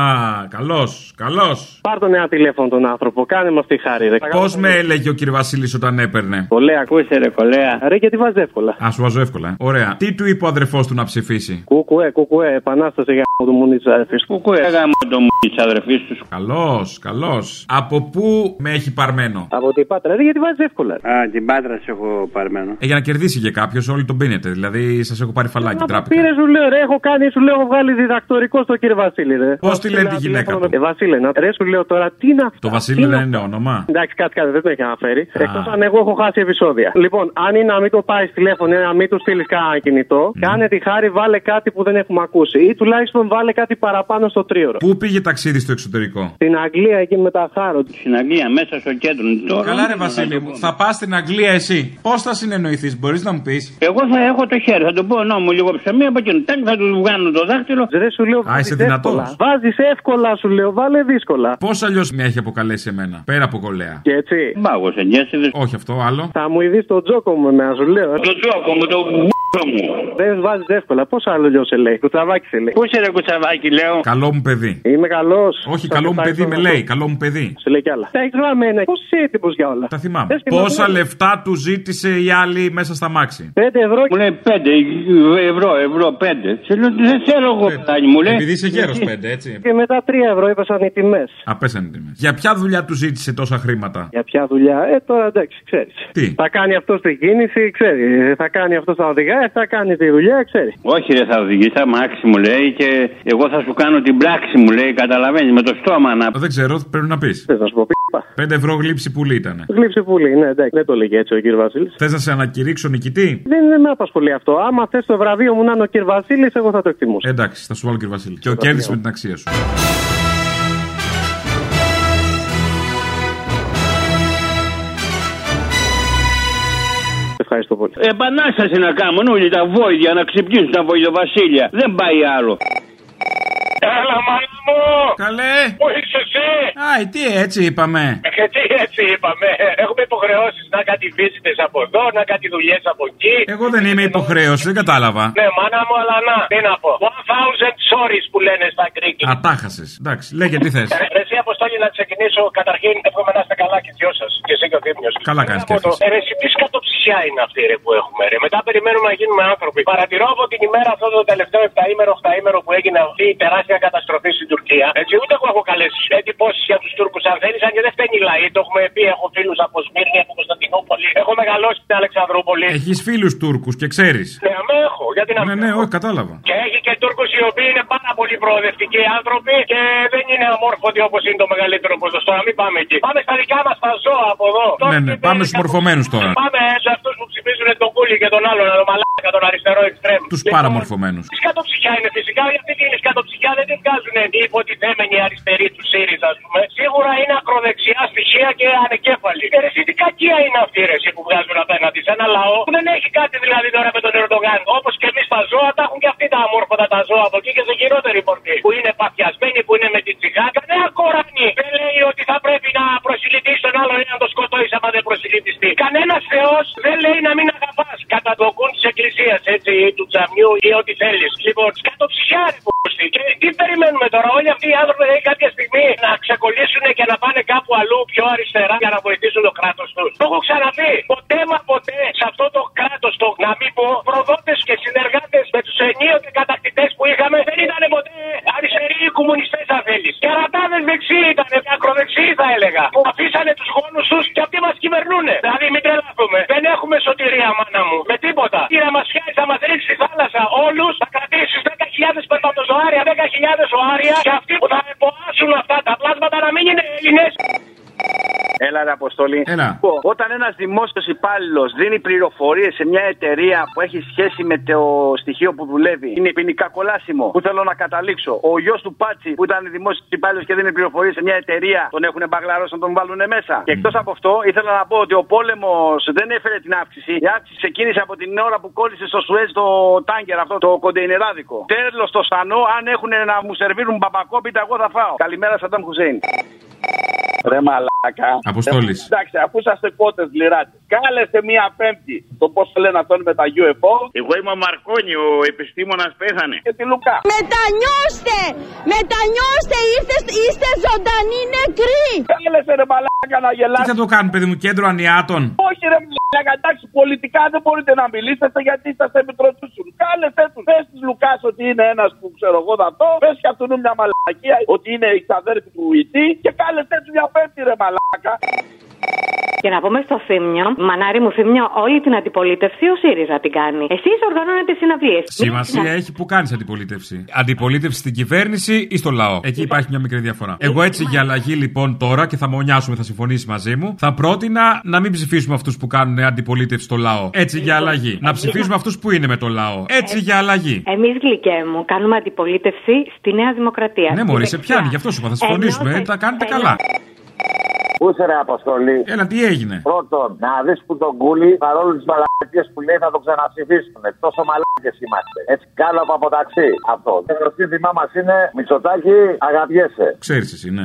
Speaker 3: καλό, καλό.
Speaker 14: Πάρ τον ένα τηλέφωνο τον άνθρωπο, κάνε μας τη χάρη. Ρε.
Speaker 3: Πώς με έλεγε ο κύριο Βασίλης όταν έπαιρνε.
Speaker 14: Κολέα,
Speaker 6: ακούσε ρε, κολέα.
Speaker 14: Ρε, γιατί βάζεις εύκολα.
Speaker 3: Α, σου βάζω εύκολα. ε. Ωραία. Τι του είπε ο αδερφός του να ψηφίσει.
Speaker 14: Κουκουέ, κουκουέ, επανάσταση για να το μουνί τη αδερφής.
Speaker 6: Κουκουέ, έγαμε το μου τη αδερφής του.
Speaker 3: Καλό, καλό. Από πού με έχει παρμένο.
Speaker 14: Από την πάτρα, ρε, γιατί βάζεις εύκολα.
Speaker 6: Α, την πάτρα σε έχω παρμένο.
Speaker 3: Ε, για να κερδίσει και κάποιος, όλοι τον πίνετε. Δηλαδή, σας έχω πάρει φαλάκι, τράπεζα.
Speaker 14: Πήρες, σου λέω, ρε, έχω κάνει, σου λέω, έχω βγάλει διδακτορικό στο κύριε Βασίλη, ρε.
Speaker 3: Πώς τη λένε τη γυναίκα του.
Speaker 14: Ε, Βασίλη, να ρε, σου λέω τώρα, τι να.
Speaker 3: Το Βασίλη δεν είναι όνομα.
Speaker 14: Εντάξει, κάτι κάτι δεν το έχει αναφέρει. Εκτός αν εγώ έχω χάσει επεισόδια. Λοιπόν, αν είναι να μην το πάρεις τηλέφωνο ή να μην του στείλεις κανένα κινητό, κάνε τη χάρη, βάλε κάτι που δεν έχουμε ακούσει. Ή τουλάχιστον βάλε κάτι παραπάνω στο τρίωρο.
Speaker 3: Πού πήγε ταξίδι στο εξωτερικό.
Speaker 14: Στην Αγγλία εκεί με τα χάροντ.
Speaker 6: Στην Αγγλία, μέσα στο κέντρο. Τώρα,
Speaker 3: Καλά, ρε Βασίλη μου, θα πας στην Αγγλία εσύ. Πώς θα συνεννοηθείς, μπορείς να μου πεις.
Speaker 14: Ε,
Speaker 6: Εγώ θα έχω το χέρι, θα το πω νόμο λίγο ψωμί από εκείνο. Τάκ, θα τους βγάλω το δάχτυλο.
Speaker 14: Δεν σου λέω.
Speaker 3: Α, είσαι δυνατός.
Speaker 14: Βάζεις εύκολα, σου λέω, βάλε δύσκολα.
Speaker 3: Πώς αλλιώς με έχει αποκαλέσει εμένα, πέρα από κολέα.
Speaker 14: Και έτσι.
Speaker 6: Μάγο, εγγέσιδε.
Speaker 3: Όχι αυτό, άλλο.
Speaker 14: Θα μου ειδείς τον τζόκο μου εμένα, σου λέω.
Speaker 6: Το τσόκο μου, το μπ***ο μου.
Speaker 14: Δεν βάζεις εύκολα. Πώς άλλο λιώ σε λέει. Κουτσαβάκι σε λέει.
Speaker 6: Πού είσαι ρε κουτσαβάκι, λέω.
Speaker 3: Καλό μου παιδί.
Speaker 14: Είμαι καλός.
Speaker 3: Όχι, καλό μου παιδί με λέει, καλό μου παιδί.
Speaker 14: Σε λέει κι άλλα. Τα έχει μένα. Πώς είσαι έτοιμος για όλα.
Speaker 3: Τα θυμάμαι.
Speaker 14: Θες και να
Speaker 3: Πόσα
Speaker 14: δούμε.
Speaker 3: λεφτά του ζήτησε η άλλη μέσα στα μάξι.
Speaker 14: 5 ευρώ.
Speaker 6: Μου λέει 5 ευρώ, ευρώ, 5. Σε λέω δεν θέλω εγώ, παιδάκι μου λέει.
Speaker 3: Επειδή είσαι γέρος πέντε, έτσι.
Speaker 14: Και μετά 3 ευρώ είπασαν οι τιμές.
Speaker 3: Απέσανε τιμή. Για ποια δουλειά του ζήτησε τόσα χρήματα.
Speaker 14: Για ποια δουλειά. Ε, τώρα εντάξει, ξέρεις.
Speaker 3: Τι?
Speaker 14: Θα κάνει αυτό την κίνηση, ξέρεις. Θα κάνει αυτό τα οδηγά, ε, θα κάνει τη δουλειά, ξέρει.
Speaker 6: Όχι, ρε, θα οδηγήσει αμάξι μου λέει και εγώ θα σου κάνω την πράξη μου λέει. Καταλαβαίνεις με το στόμα να.
Speaker 3: Ε, Δεν ξέρω, πρέπει να πεις.
Speaker 14: Θες να σου πω πίπα.
Speaker 3: 5 ευρώ γλύψη πουλή ήταν.
Speaker 14: Γλύψε πουλή, ναι, εντάξει. Δεν το λέγε έτσι ο κύριος Βασίλης.
Speaker 3: Θες να σε ανακηρύξω νικητή.
Speaker 14: Δεν δεν με απασχολεί αυτό. Άμα θες το βραβείο μου να είναι ο κύριος Βασίλης, εγώ θα το εκτιμούσα.
Speaker 3: Εντάξει, θα σου βάλω κύριε Βασίλη. Και ο κέρδης με την αξία σου.
Speaker 14: Ευχαριστώ πολύ.
Speaker 6: Επανάσταση να κάνουν όλοι τα βόηδια, να ξυπνήσουν τα βόηδια Βασίλεια. Δεν πάει άλλο.
Speaker 36: Έλα, μάνα μου!
Speaker 3: Καλέ!
Speaker 36: Πού είσαι εσύ!
Speaker 3: Ε! Άι, τι έτσι είπαμε.
Speaker 36: Ε, τι έτσι είπαμε. Έχουμε υποχρεώσεις να κάτι βίζετε από εδώ, να κάτι δουλειές από εκεί.
Speaker 3: Εγώ δεν είμαι υποχρέωση, δεν κατάλαβα.
Speaker 36: Ναι, μάνα μου, αλλά να, τι να πω. 1000 stories που λένε στα Greek.
Speaker 3: Ατάχασες. Εντάξει, λέγε τι θες.
Speaker 36: Ε, Εσύ αποστόλη να ξεκινήσω. Καταρχήν, εύχομαι να είστε καλά και οι δυο σας. Και εσύ και ο Δήμιος.
Speaker 3: Καλά κάνεις και
Speaker 36: Από το
Speaker 3: αυτό.
Speaker 36: ε, ρε, εσύ τι σκατοψυχιά είναι αυτή ρε, που έχουμε. Ρε. Μετά περιμένουμε να γίνουμε άνθρωποι. Παρατηρώ από την ημέρα αυτό το τελευταίο 7ήμερο, 8ήμερο που έγινε αυτή η τεράστια καταστροφή στην Τουρκία. Έτσι, ούτε εγώ έχω καλέ εντυπώσεις για τους Τούρκους. Αν θέλεις, αν και δεν φταίνει η λαή, το έχουμε πει. Έχω φίλους από Σμύρνη, από Κωνσταντινούπολη. Έχω μεγαλώσει στην Αλεξανδρούπολη.
Speaker 3: Έχεις φίλους Τούρκους και ξέρεις.
Speaker 36: Ναι, με έχω. Γιατί να
Speaker 3: Ναι, ναι, όχι, κατάλαβα.
Speaker 36: και έχει και Τούρκους οι οποίοι είναι πάρα πολύ προοδευτικοί άνθρωποι και δεν είναι αμόρφωτοι όπως είναι το μεγαλύτερο ποσοστό. Να μην πάμε εκεί. Πάμε στα δικά μας τα ζώα από εδώ.
Speaker 3: Ναι, ναι, πάμε στους μορφωμένους τώρα.
Speaker 36: Πάμε σε αυτούς που ψηφίζουν τον Κούλι και τον άλλον, τον Μαλάκα, τον αριστερό εξτρέμ.
Speaker 3: Του παραμορφωμένους.
Speaker 36: Η σκατοψυχιά είναι φυσικά, γιατί την σκατοψυχιά δεν την βγάζουν οι υποτιθέμενοι αριστεροί του ΣΥΡΙΖΑ, ας πούμε. Σίγουρα είναι ακροδεξιά στοιχεία και ανεκέφαλη. Ε, ρε, εσύ τι κακία είναι αυτή η ρεσί που βγάζουν απέναντι σε ένα λαό που δεν έχει κάτι δηλαδή τώρα με τον Ερντογάν. Όπως και εμείς τα ζώα, τα έχουν και αυτοί τα αμόρφωτα τα ζώα από εκεί και σε χειρότερη μορφή. Που είναι παθιασμένοι, που είναι με την τσιγάκα. Κανένα κοράνι δεν λέει ότι θα πρέπει να προσιλητήσει τον άλλο ή να το σκοτώσει άμα δεν προσιλητιστεί. Κανένας Θεός δεν λέει να μην αγαπάς κατά το κούν της εκκλησίας, έτσι, ή του τζαμιού ή ό,τι θέλεις. Λοιπόν, σκατοψυχιά ρε πούστη. Και τι περιμένουμε τώρα, όλοι αυτοί οι άνθρωποι λέει κάποια στιγμή να ξεκολλήσουν και να πάνε κάπου αλλού πιο αριστερά για να βοηθήσουν το κράτος τους. Το έχω ξαναπεί. Δηλαδή, Ποτέ μα ποτέ σε αυτό το κράτος το να μην πω προδότες και συνεργάτες με τους ενίοτε κατακτητές που είχαμε δεν ήταν ποτέ αριστεροί ή κομμουνιστές αν θέλεις. Κερατάδε δεξί ήταν, ακροδεξί θα έλεγα. Που αφήσανε τους γόνους τους και αυτοί μας κυβερνούν. Δηλαδή μην τρελαθούμε. Δεν έχουμε σωτηρία, μάνα μου. Με τίποτα. Τι να μα πιάσει, θα μα ρίξει στη θάλασσα όλου, θα κρατήσει 10.000 περπατοζωάρια, 10.000 οάρια και αυτοί που θα εποάσουν αυτά τα πλάσματα να μην είναι Έλληνε.
Speaker 6: Έλα, ρε Αποστολή. Λοιπόν, Όταν ένας δημόσιος υπάλληλος δίνει πληροφορίες σε μια εταιρεία που έχει σχέση με το στοιχείο που δουλεύει, είναι ποινικά κολάσιμο. Που θέλω να καταλήξω. Ο γιος του Πάτσι που ήταν δημόσιος υπάλληλος και δίνει πληροφορίες σε μια εταιρεία, τον έχουν μπαγλαρώσει να τον βάλουν μέσα. Και εκτός από αυτό, ήθελα να πω ότι ο πόλεμος δεν έφερε την αύξηση. Η αύξηση ξεκίνησε από την ώρα που κόλλησε στο Σουέζ το τάγκερ αυτό, το κοντεϊνεράδικο. Τέλος το σανό, αν έχουν να μου σερβίρουν μπαμπακόπιτα, εγώ θα φάω. Καλημέρα, Σαντάμ Χουσέιν.
Speaker 37: Ρε μαλάκα.
Speaker 3: Αποστόλης.
Speaker 37: Ε, Εντάξει, αφού είσαστε κότε λιράτες. Κάλεσε μία πέμπτη το πώς λένε αυτόν με τα UFO.
Speaker 38: Εγώ είμαι ο Μαρκόνι, ο επιστήμονας πέθανε.
Speaker 37: Και τη Λουκά.
Speaker 9: Μετανιώστε! Μετανιώστε! Είστε, είστε ζωντανοί νεκροί!
Speaker 37: Κάλεσε ρε μαλάκα να
Speaker 3: Τι
Speaker 37: γελάσει.
Speaker 3: θα το κάνουν, παιδί μου, κέντρο ανιάτων.
Speaker 37: Όχι ρε μαλάκα, εντάξει, πολιτικά δεν μπορείτε να μιλήσετε γιατί είσαστε μητροτούσουν. Κάλεσε τους. Πες της Λουκάς ότι είναι ένας που ξέρω εγώ δατό. Πες και αυτού είναι μια μαλακία ότι είναι η ξαδέρφη του Ιτή. Και κάλεσε τους μια πέμπτη ρε μαλάκα.
Speaker 10: Και να πούμε στο Φίμιο, μανάρι μου Φίμιο, όλη την αντιπολίτευση ο ΣΥΡΙΖΑ την κάνει. Εσείς οργανώνετε συναυλίες.
Speaker 3: Σημασία έχει που κάνεις αντιπολίτευση. Αντιπολίτευση στην κυβέρνηση ή στο λαό. Εκεί υπάρχει μια μικρή διαφορά. Εγώ έτσι για αλλαγή λοιπόν τώρα και θα μονιάσουμε, θα συμφωνήσει μαζί μου, θα πρότεινα να μην ψηφίσουμε αυτούς που κάνουν αντιπολίτευση στο λαό. Έτσι για αλλαγή. Να ψηφίσουμε αυτούς που είναι με το λαό. Έτσι για αλλαγή.
Speaker 10: Εμείς γλυκέ μου, κάνουμε αντιπολίτευση στη Νέα Δημοκρατία.
Speaker 3: Ναι, Μωρή, σε πιάνει, γι' αυτό σου είπα. Θα συμφωνήσουμε. ε, Τα κάνετε καλά.
Speaker 39: Πού είσαι ρε Αποστολή.
Speaker 3: Έλα, τι έγινε.
Speaker 39: Πρώτον, να δεις που τον κούλι παρόλο τις μαλακίες που λέει θα τον ξαναψηφίσουν. Τόσο μαλακίε είμαστε. Έτσι, κάλα από ταξί. Αυτό. Το σύνθημά μας είναι Μητσοτάκι, αγαπιέσαι.
Speaker 3: Ξέρεις εσύ, ναι.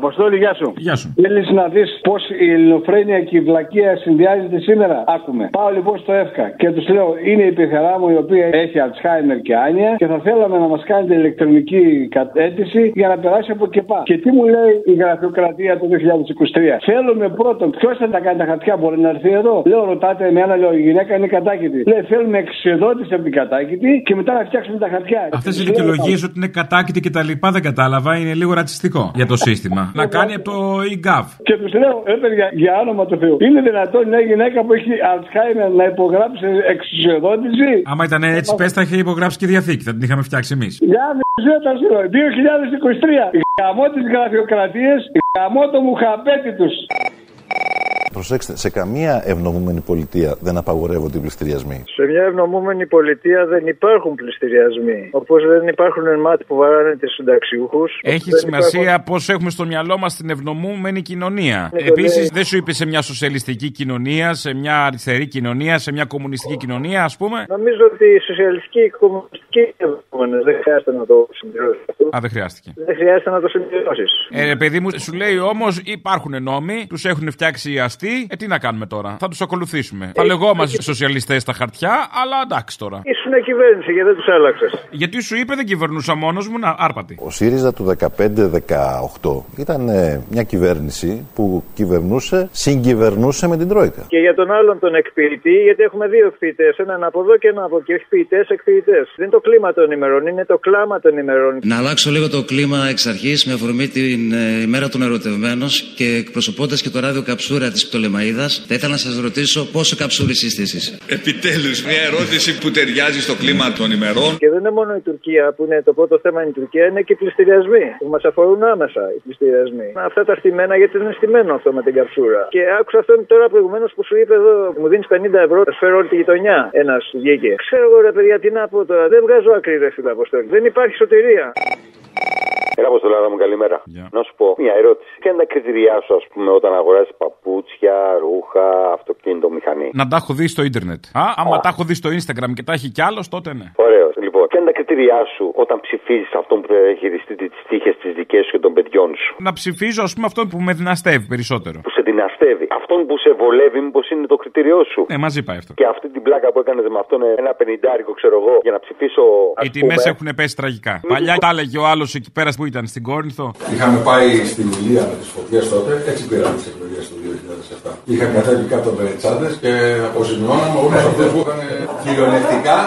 Speaker 40: Αποστόλη, γεια σου.
Speaker 3: Γεια σου.
Speaker 40: Θέλεις να δεις πώς η ελληνοφρένεια και η βλακεία συνδυάζεται σήμερα. Άκουμε. Πάω λοιπόν στο ΕΦΚΑ και τους λέω: Είναι η πεθερά μου η οποία έχει Αλτσχάιμερ και Άνια και θα θέλαμε να μας κάνετε ηλεκτρονική κα- αίτηση για να περάσει από ΚΕΠΑ. Και τι μου λέει η γραφειοκρατία το 2023. Θέλουμε πρώτον, ποιος θα τα κάνει τα χαρτιά, μπορεί να έρθει εδώ. Λέω: Ρωτάτε με ένα, λέω: Η γυναίκα είναι κατάκητη. Λέει: Θέλουμε εξεδότηση από την κατάκητη και μετά να φτιάξουμε τα χαρτιά.
Speaker 3: Αυτές οι
Speaker 40: Τους λέω,
Speaker 3: δικαιολογίες ότι είναι κατάκητη και τα λοιπά δεν κατάλαβα είναι λίγο ρατσιστικό για το σύστημα. Να κάνει από το E eGov.
Speaker 40: Και τους λέω, ρε παιδιά, για όνομα του Θεού, είναι δυνατόν μια γυναίκα που έχει Αλτσχάιμερ να υπογράψει εξουσιοδότηση.
Speaker 3: Άμα ήταν έτσι, πε τα είχε υπογράψει και η διαθήκη. Θα την είχαμε φτιάξει εμείς.
Speaker 40: Για μισέτα σου, λέω, 2023. Γαμώ τις γραφειοκρατίες, γαμώ το μουχαπέτη τους.
Speaker 41: Προσέξτε, σε καμία ευνομούμενη πολιτεία δεν απαγορεύονται οι πληστηριασμοί.
Speaker 21: Σε μια ευνομούμενη πολιτεία δεν υπάρχουν πληστηριασμοί. Όπως δεν υπάρχουν εν μάτι που βαράνε του συνταξιούχους.
Speaker 3: Έχει σημασία πώς έχουμε στο μυαλό μας την ευνομούμενη κοινωνία.
Speaker 21: Ναι,
Speaker 3: Επίση,
Speaker 21: ναι.
Speaker 3: δεν σου είπε σε μια σοσιαλιστική κοινωνία, σε μια αριστερή κοινωνία, σε μια κομμουνιστική κοινωνία, ας πούμε.
Speaker 21: Νομίζω ότι οι σοσιαλιστικοί και οι κομμουνιστικοί ευρωβουλευτέ δεν χρειάζεται να το συμπληρώσεις.
Speaker 3: Α, δεν χρειάστηκε.
Speaker 21: Δεν χρειάζεται να το συμπληρώσεις.
Speaker 3: Ε, ρε παιδί μου, σου λέει όμως υπάρχουν νόμοι, τους έχουν φτιάξει οι αστεί. Ε, τι να κάνουμε τώρα, θα τους ακολουθήσουμε. Θα λεγόμαστε σοσιαλιστές στα χαρτιά, αλλά εντάξει τώρα.
Speaker 21: Ήσουν κυβέρνηση και δεν τους άλλαξες.
Speaker 3: Γιατί σου είπε δεν κυβερνούσα μόνος μου, να άρπατη.
Speaker 41: Ο ΣΥΡΙΖΑ του 15-18 ήταν ε, μια κυβέρνηση που κυβερνούσε, συγκυβερνούσε με την Τρόικα.
Speaker 21: Και για τον άλλον τον εκποιητή, γιατί έχουμε δύο εκποιητές. Έναν από εδώ και έναν από εκεί. Όχι ποιητές, εκποιητές. Δεν είναι το κλίμα των ημερών, είναι το κλάμα των ημερών.
Speaker 42: Να αλλάξω λίγο το κλίμα εξ αρχής με αφορμή την ε, ημέρα των ερωτευμένων και εκπροσωπώντας και το ράδιο Καψούρα της Πτολεμαίδα, θα ήθελα να σας ρωτήσω πόσο καψούρι είστε εσείς.
Speaker 5: Επιτέλους, μια ερώτηση που ταιριάζει στο κλίμα των ημερών.
Speaker 21: Και δεν είναι μόνο η Τουρκία που είναι το πρώτο θέμα, είναι η Τουρκία, είναι και οι πληστηριασμοί που μας αφορούν άμεσα. Οι πληστηριασμοί. Αυτά τα στημένα, γιατί είναι στημένο αυτό με την καψούρα. Και άκουσα αυτόν τώρα προηγουμένως που σου είπε εδώ, μου δίνεις 50 ευρώ, θα σου φέρω όλη τη γειτονιά. Ένας σου βγήκε. Ξέρω εγώ ρε παιδιά, τι να πω τώρα. Δεν βγάζω άκρη, ρε φίλε Αποστόλη. Δεν υπάρχει σωτηρία.
Speaker 16: Έλα, Αποστολάρα μου, καλημέρα. Να σου πω μια ερώτηση. Ποια είναι τα κριτηριά σου, ας πούμε, όταν αγοράζεις παπούτσια, ρούχα, αυτοκίνητο, μηχανή.
Speaker 3: Να τα έχω δει στο ίντερνετ. Α, άμα τα έχω δει στο Instagram και τα έχει κι άλλος, τότε ναι.
Speaker 16: Ωραίο. Λοιπόν, ποια είναι τα κριτηριά σου όταν ψηφίζεις αυτόν που θα χειριστεί τι τύχε τη δικές σου και των παιδιών σου.
Speaker 3: Να ψηφίζω, ας πούμε, αυτόν που με δυναστεύει περισσότερο.
Speaker 16: Που σε δυναστεύει. Αυτόν που σε βολεύει, μήπως είναι το κριτήριό σου.
Speaker 3: Ναι, μαζί πάει αυτό.
Speaker 16: Και αυτή την πλάκα που έκανες με αυτόν ε, ένα πενιντάρικο, ξέρω εγώ, για να ψηφίσω. ας
Speaker 3: Οι τιμές
Speaker 16: πούμε.
Speaker 3: έχουν πέσει τραγικά. Παλιά τα έλεγε ο άλλος εκεί πέρα που ήταν στην Κόρινθο.
Speaker 16: Είχαμε πάει στην Ηλία με τις φωτιές τότε, έτσι πήραμε τις εκλογές του 2007. Είχαμε κατέβει κάτω με τσάντες και αποζημιώναμε όλου αυτού που είχαν ε, κυριολεκτικά.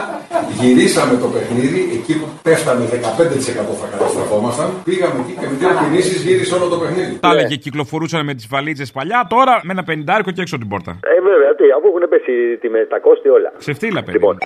Speaker 16: Γυρίσαμε το παιχνίδι, εκεί που πέφταμε 15% θα καταστραφόμασταν. Πήγαμε εκεί και με δύο κινήσεις γύρισε όλο το παιχνίδι.
Speaker 6: Ναι.
Speaker 3: Τα έλεγε, κυκλοφορούσαν με τις βαλίτσες παλιά, τώρα με ένα πενιντάρικο και έξω την πόρτα.
Speaker 16: Ε, βέβαια, τι, αφού έχουν πέσει οι τιμές, τα κόστη όλα.
Speaker 3: Ξεφτύλα, παιδί.
Speaker 6: Λοιπόν.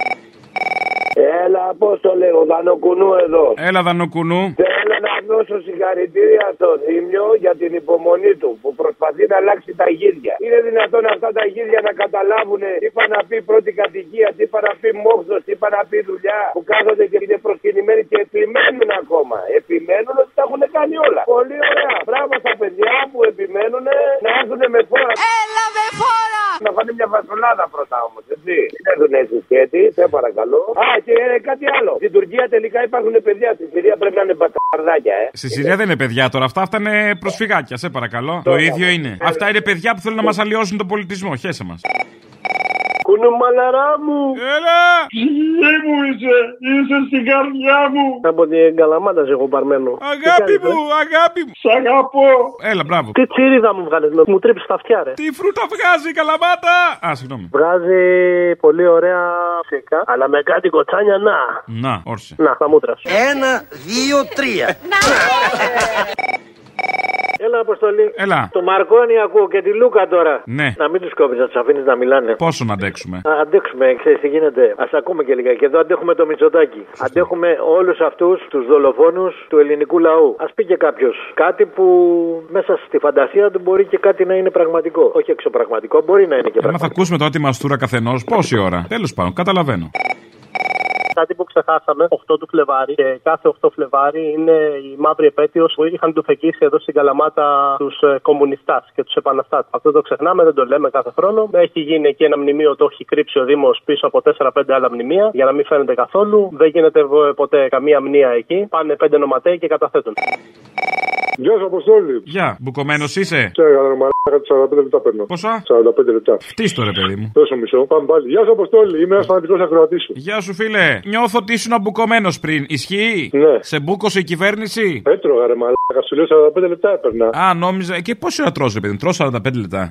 Speaker 6: Έλα, πώς το λέγω, Δανοκουνού εδώ.
Speaker 3: Έλα, Δανοκουνού.
Speaker 6: Θέλω να δώσω συγχαρητήρια στο Δήμιο για την υπομονή του που προσπαθεί να αλλάξει τα γύρια. Είναι δυνατόν αυτά τα γύρια να καταλάβουν τι είπα να πει πρώτη κατοικία, τι είπα να πει μόχθος, τι είπα να πει δουλειά που κάθονται και είναι προσκυνημένοι και επιμένουν ακόμα. Επιμένουν ότι τα έχουν κάνει όλα. Πολύ ωραία. Μπράβο στα παιδιά που επιμένουν να έρθουν με φόρα. Έλα με φόρα! Να φάνε μια φασολάδα πρώτα όμως, έτσι. Δεν έρθουν έτσι σκέτη, σε παρακαλώ. Α, και ε, κάτι άλλο. Στην Τουρκία τελικά υπάρχουν παιδιά. Στην Συρία πρέπει να είναι μπαταρδάκια, ε.
Speaker 3: Στη Συρία δεν είναι παιδιά τώρα, αυτά, αυτά είναι προσφυγάκια, σε παρακαλώ. Το
Speaker 6: Τώρα,
Speaker 3: ίδιο είναι.
Speaker 6: ε,
Speaker 3: Αυτά είναι παιδιά που θέλουν να μας αλλοιώσουν τον πολιτισμό, χέσε μας.
Speaker 6: Κουνουμαλαρά μου!
Speaker 3: Έλα!
Speaker 6: Ψυχή μου είσαι! Είσαι στην καρδιά μου! Από την Καλαμάτα σε έχω παρμένο.
Speaker 3: Αγάπη μου, αγάπη μου!
Speaker 6: Ε, Σ' αγαπώ!
Speaker 3: Έλα, μπράβο.
Speaker 6: ε? Τι τσίριδα μου βγάλες, με- μου τρύπεις τα αυτιά ρε.
Speaker 3: Τι φρούτα βγάζει η καλαμάτα! Α, συγγνώμη.
Speaker 6: Βγάζει πολύ ωραία φυσικά, αλλά με κάτι κοτσάνια να.
Speaker 3: Να, όρσε.
Speaker 6: Να, τα μούτρα σου.
Speaker 43: Ένα, δύο, τρία.
Speaker 6: Έλα, Αποστολή.
Speaker 3: Έλα.
Speaker 6: Το Μαρκόνι ακούω και τη Λούκα τώρα.
Speaker 3: Ναι.
Speaker 6: Να μην τους κόβεις, να τους αφήνεις να μιλάνε.
Speaker 3: Πόσο να αντέξουμε.
Speaker 6: Α, αντέξουμε, ξέρεις τι γίνεται. Ας ακούμε και λίγα. Και εδώ αντέχουμε το Μητσοτάκι. Αντέχουμε όλους αυτούς τους δολοφόνους του ελληνικού λαού. Ας πει και κάποιος κάτι που μέσα στη φαντασία του μπορεί και κάτι να είναι πραγματικό. Όχι εξωπραγματικό, μπορεί να είναι και
Speaker 3: Εμένα θα
Speaker 6: πραγματικό.
Speaker 3: ακούσουμε τώρα τη μαστούρα καθενός. Πόση ώρα. Τέλος πάντων, καταλαβαίνω.
Speaker 14: Κάτι που ξεχάσαμε, 8 του Φλεβάρι και κάθε 8 Φλεβάρι είναι η μαύρη επέτειος που είχαν του φεκίσει εδώ στην Καλαμάτα τους κομμουνιστάς και τους επαναστάτες. Αυτό το ξεχνάμε, δεν το λέμε κάθε χρόνο. Έχει γίνει εκεί ένα μνημείο, το έχει κρύψει ο Δήμος πίσω από 4-5 άλλα μνημεία για να μην φαίνεται καθόλου. Δεν γίνεται ε, ποτέ καμία μνήα εκεί. Πάνε 5 νοματέοι και καταθέτουν.
Speaker 8: Γεια σα, Αποστόλη.
Speaker 3: Γεια, μπουκωμένος είσαι.
Speaker 8: Σε έκανα ρε μαλάκα, 45 λεπτά παίρνω.
Speaker 3: Πόσα?
Speaker 8: 45 λεπτά.
Speaker 3: Τι το ρε παιδί μου.
Speaker 8: Τόσο μισό, πάμε πάλι. Γεια σα, Αποστόλη. Είμαι ένας φανατικός ακροατής σου.
Speaker 3: Γεια σου φίλε. Νιώθω ότι ήσουν αμπουκωμένος πριν. Ισχύει. Σε μπούκωσε η κυβέρνηση.
Speaker 8: Έτρωγα ρε Ναι. μαλάκα, σου λέω 45 λεπτά έπαιρνα.
Speaker 3: Α, νόμιζα. Και πόση ώρα τρως, ρε παιδί μου. Τρως 45 λεπτά.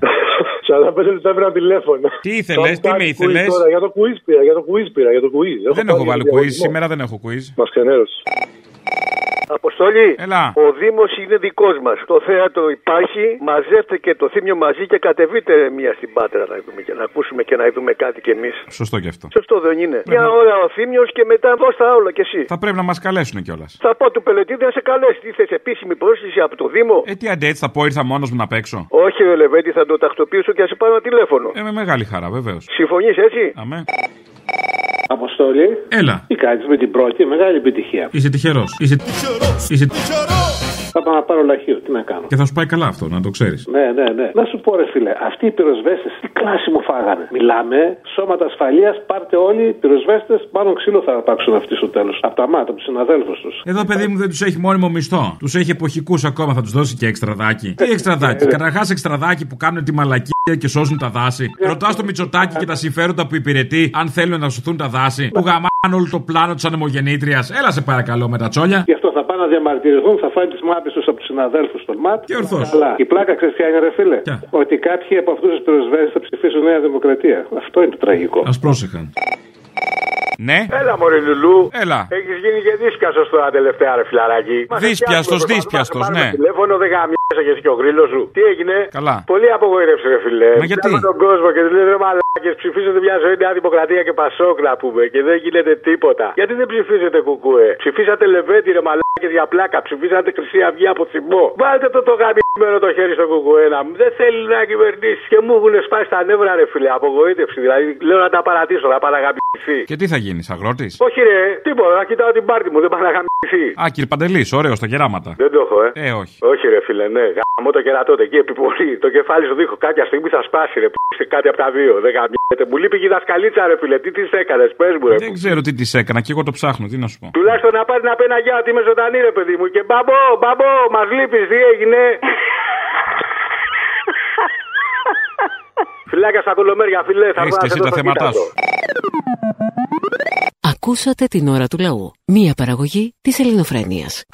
Speaker 8: 45 λεπτά έπαιρνα τηλέφωνο.
Speaker 3: Τι ήθελες, τι με ήθελες?
Speaker 8: Για το quiz πήρα, για το quiz πήρα, για το quiz.
Speaker 3: δεν έχω βάλει quiz. Σήμερα δεν έχω quiz.
Speaker 8: Μα ξενέρωσε.
Speaker 44: Αποστολή.
Speaker 3: Έλα.
Speaker 44: Ο Δήμος είναι δικός μας. Το θέατρο υπάρχει. Μαζεύτε και το θύμιο μαζί και κατεβείτε ρε, μία στην πάτρα να, δούμε και να ακούσουμε και να δούμε κάτι κι εμείς.
Speaker 3: Σωστό και αυτό.
Speaker 44: Σωστό δεν
Speaker 3: Ναι,
Speaker 44: είναι. Μια ώρα ο θύμιος και μετά δώσ' τα όλα κι εσύ.
Speaker 3: Θα πρέπει να μας καλέσουν κιόλας.
Speaker 44: Θα πω του πελετήδη να σε καλέσει. Τι θες, επίσημη πρόσκληση από το Δήμο.
Speaker 3: Ε, τι αντί έτσι θα πω, ήρθα μόνος μου να παίξω.
Speaker 44: Όχι, ρε Λεβέντη, θα το τακτοποιήσω και θα σε πάρω ένα τηλέφωνο.
Speaker 3: Ε, με μεγάλη χαρά, βεβαίως.
Speaker 44: Συμφωνείς έτσι.
Speaker 3: Αμέ.
Speaker 8: Αποστολή.
Speaker 3: Έλα.
Speaker 8: Τι κάνεις με την πρώτη, μεγάλη επιτυχία.
Speaker 3: Είσαι τυχερός. Είσαι... Είσαι...
Speaker 8: Θα πάω να πάρω λαχείο, τι να κάνω.
Speaker 3: Και θα σου πάει καλά αυτό, να το ξέρεις.
Speaker 8: Ναι, ναι, ναι. Να σου πω, ρε φίλε, αυτοί οι πυροσβέστες τι κλάση μου φάγανε. Μιλάμε, σώματα ασφαλείας, πάρτε όλοι οι πυροσβέστες, μάλλον ξύλο θα αρπάξουν αυτοί στο τέλος. Από τα μάτια, από τους συναδέλφους τους.
Speaker 3: Εδώ, παιδί μου, δεν τους έχει μόνιμο μισθό. Τους έχει εποχικούς ακόμα, θα τους δώσει και εξτραδάκι. Τι
Speaker 44: Ε,
Speaker 3: εξτραδάκι. Καταρχά, εξτραδάκι που κάνουν τη μαλακία και σώζουν τα δάση.
Speaker 44: Ε,
Speaker 3: Ρωτάς το Μητσοτάκι και τα συμφέροντα που υπηρετεί, αν θέλουν να σωθούν τα
Speaker 44: Ε.
Speaker 3: δάση. Που γαμάνε όλο το πλάνο της ανεμογεννήτριας. Έλα σε παρακαλώ με τα τσόλια.
Speaker 8: Γι' αυτό θα πάνε να διαμαρτυρηθούν, θα φάνε τι μάπε του από τους συναδέλφους των ΜΑΤ. Και
Speaker 3: ορθώς.
Speaker 8: Αλλά η πλάκα ξέρεις ποια είναι, ρε φίλε. Ότι κάποιοι από αυτούς τους πυροσβέστες θα ψηφίσουν Νέα Δημοκρατία. Αυτό είναι το τραγικό.
Speaker 3: Ας πρόσεχαν. Ναι.
Speaker 44: Έλα, Μωρή Λουλού.
Speaker 3: Έλα.
Speaker 44: Έχεις γίνει και δύσκαστο τώρα τελευταία, ρε φιλαράκι. Μας
Speaker 3: Δύσπιαστος,
Speaker 44: φτιάχνουμε,
Speaker 3: δύσπιαστος,
Speaker 44: προσπαθούμε να
Speaker 3: ναι.
Speaker 44: πάρουμε Τηλέφωνο δεν γαμιέσαι και εσύ και ο γκρίλο σου. Τι έγινε.
Speaker 3: Καλά.
Speaker 44: Πολύ απογοήτευσε, ρε φιλέ.
Speaker 3: Μα γιατί?
Speaker 44: Βλέπω τον κόσμο και του λέει ρε μαλάκες, ψηφίζετε μια ζωή Νέα Δημοκρατία και Πασόκ να πούμε και δεν γίνεται τίποτα. Γιατί δεν ψηφίζετε κουκούε. Ψηφίσατε Λεβέντι, ρε μαλάκες για πλάκα. Ψηφίσατε Χρυσή Αυγή από θυμό. Βάλτε το το γαμιμένο το χέρι στο κουκουένα μου. Δεν θέλει να κυβερνήσει και μου έχουν σπάσει τα νεύρα, ρε φιλέ. Απογοήτευση δηλαδή. Λέω να τα παρατήσω, να παραγαμιθεί.
Speaker 3: Και τι θα γίνεις, αγρότης.
Speaker 44: Όχι ρε, τίποτα, να κοιτάω την πάρτη μου, δεν πάει να γαμιθεί.
Speaker 3: Α, κύριε Παντελής, ωραίο στα κεράματα.
Speaker 44: Δεν το έχω, ε.
Speaker 3: Ε, όχι.
Speaker 44: Όχι ρε φίλε, ναι, γαμώ το κερατότε, εκεί επιπολεί, το κεφάλι σου δείχνω, κάποια στιγμή θα σπάσει ρε, σε κάτι από τα δύο, δεν γαμιέται. Μου λείπει και η δασκαλίτσα ρε φίλε, τι της έκανες, πες μου ρε.
Speaker 3: Δεν ξέρω τι της έκανα και εγώ το ψάχνω, τι να σου πω.
Speaker 44: Τουλάχιστον να πάρεις να πει ένα γεια ότι είμαι ζωντανή ρε παιδί μου και μπαμπό, μπαμπό, μας λείπεις, τι έγινε. Φιλάκια στα κολομέρια, φίλε, θα
Speaker 1: Έχεις και
Speaker 44: βγάλω
Speaker 1: εσύ τα θέματά σου. Ακούσατε την ώρα του λαού. Μία παραγωγή της ελληνοφρένειας.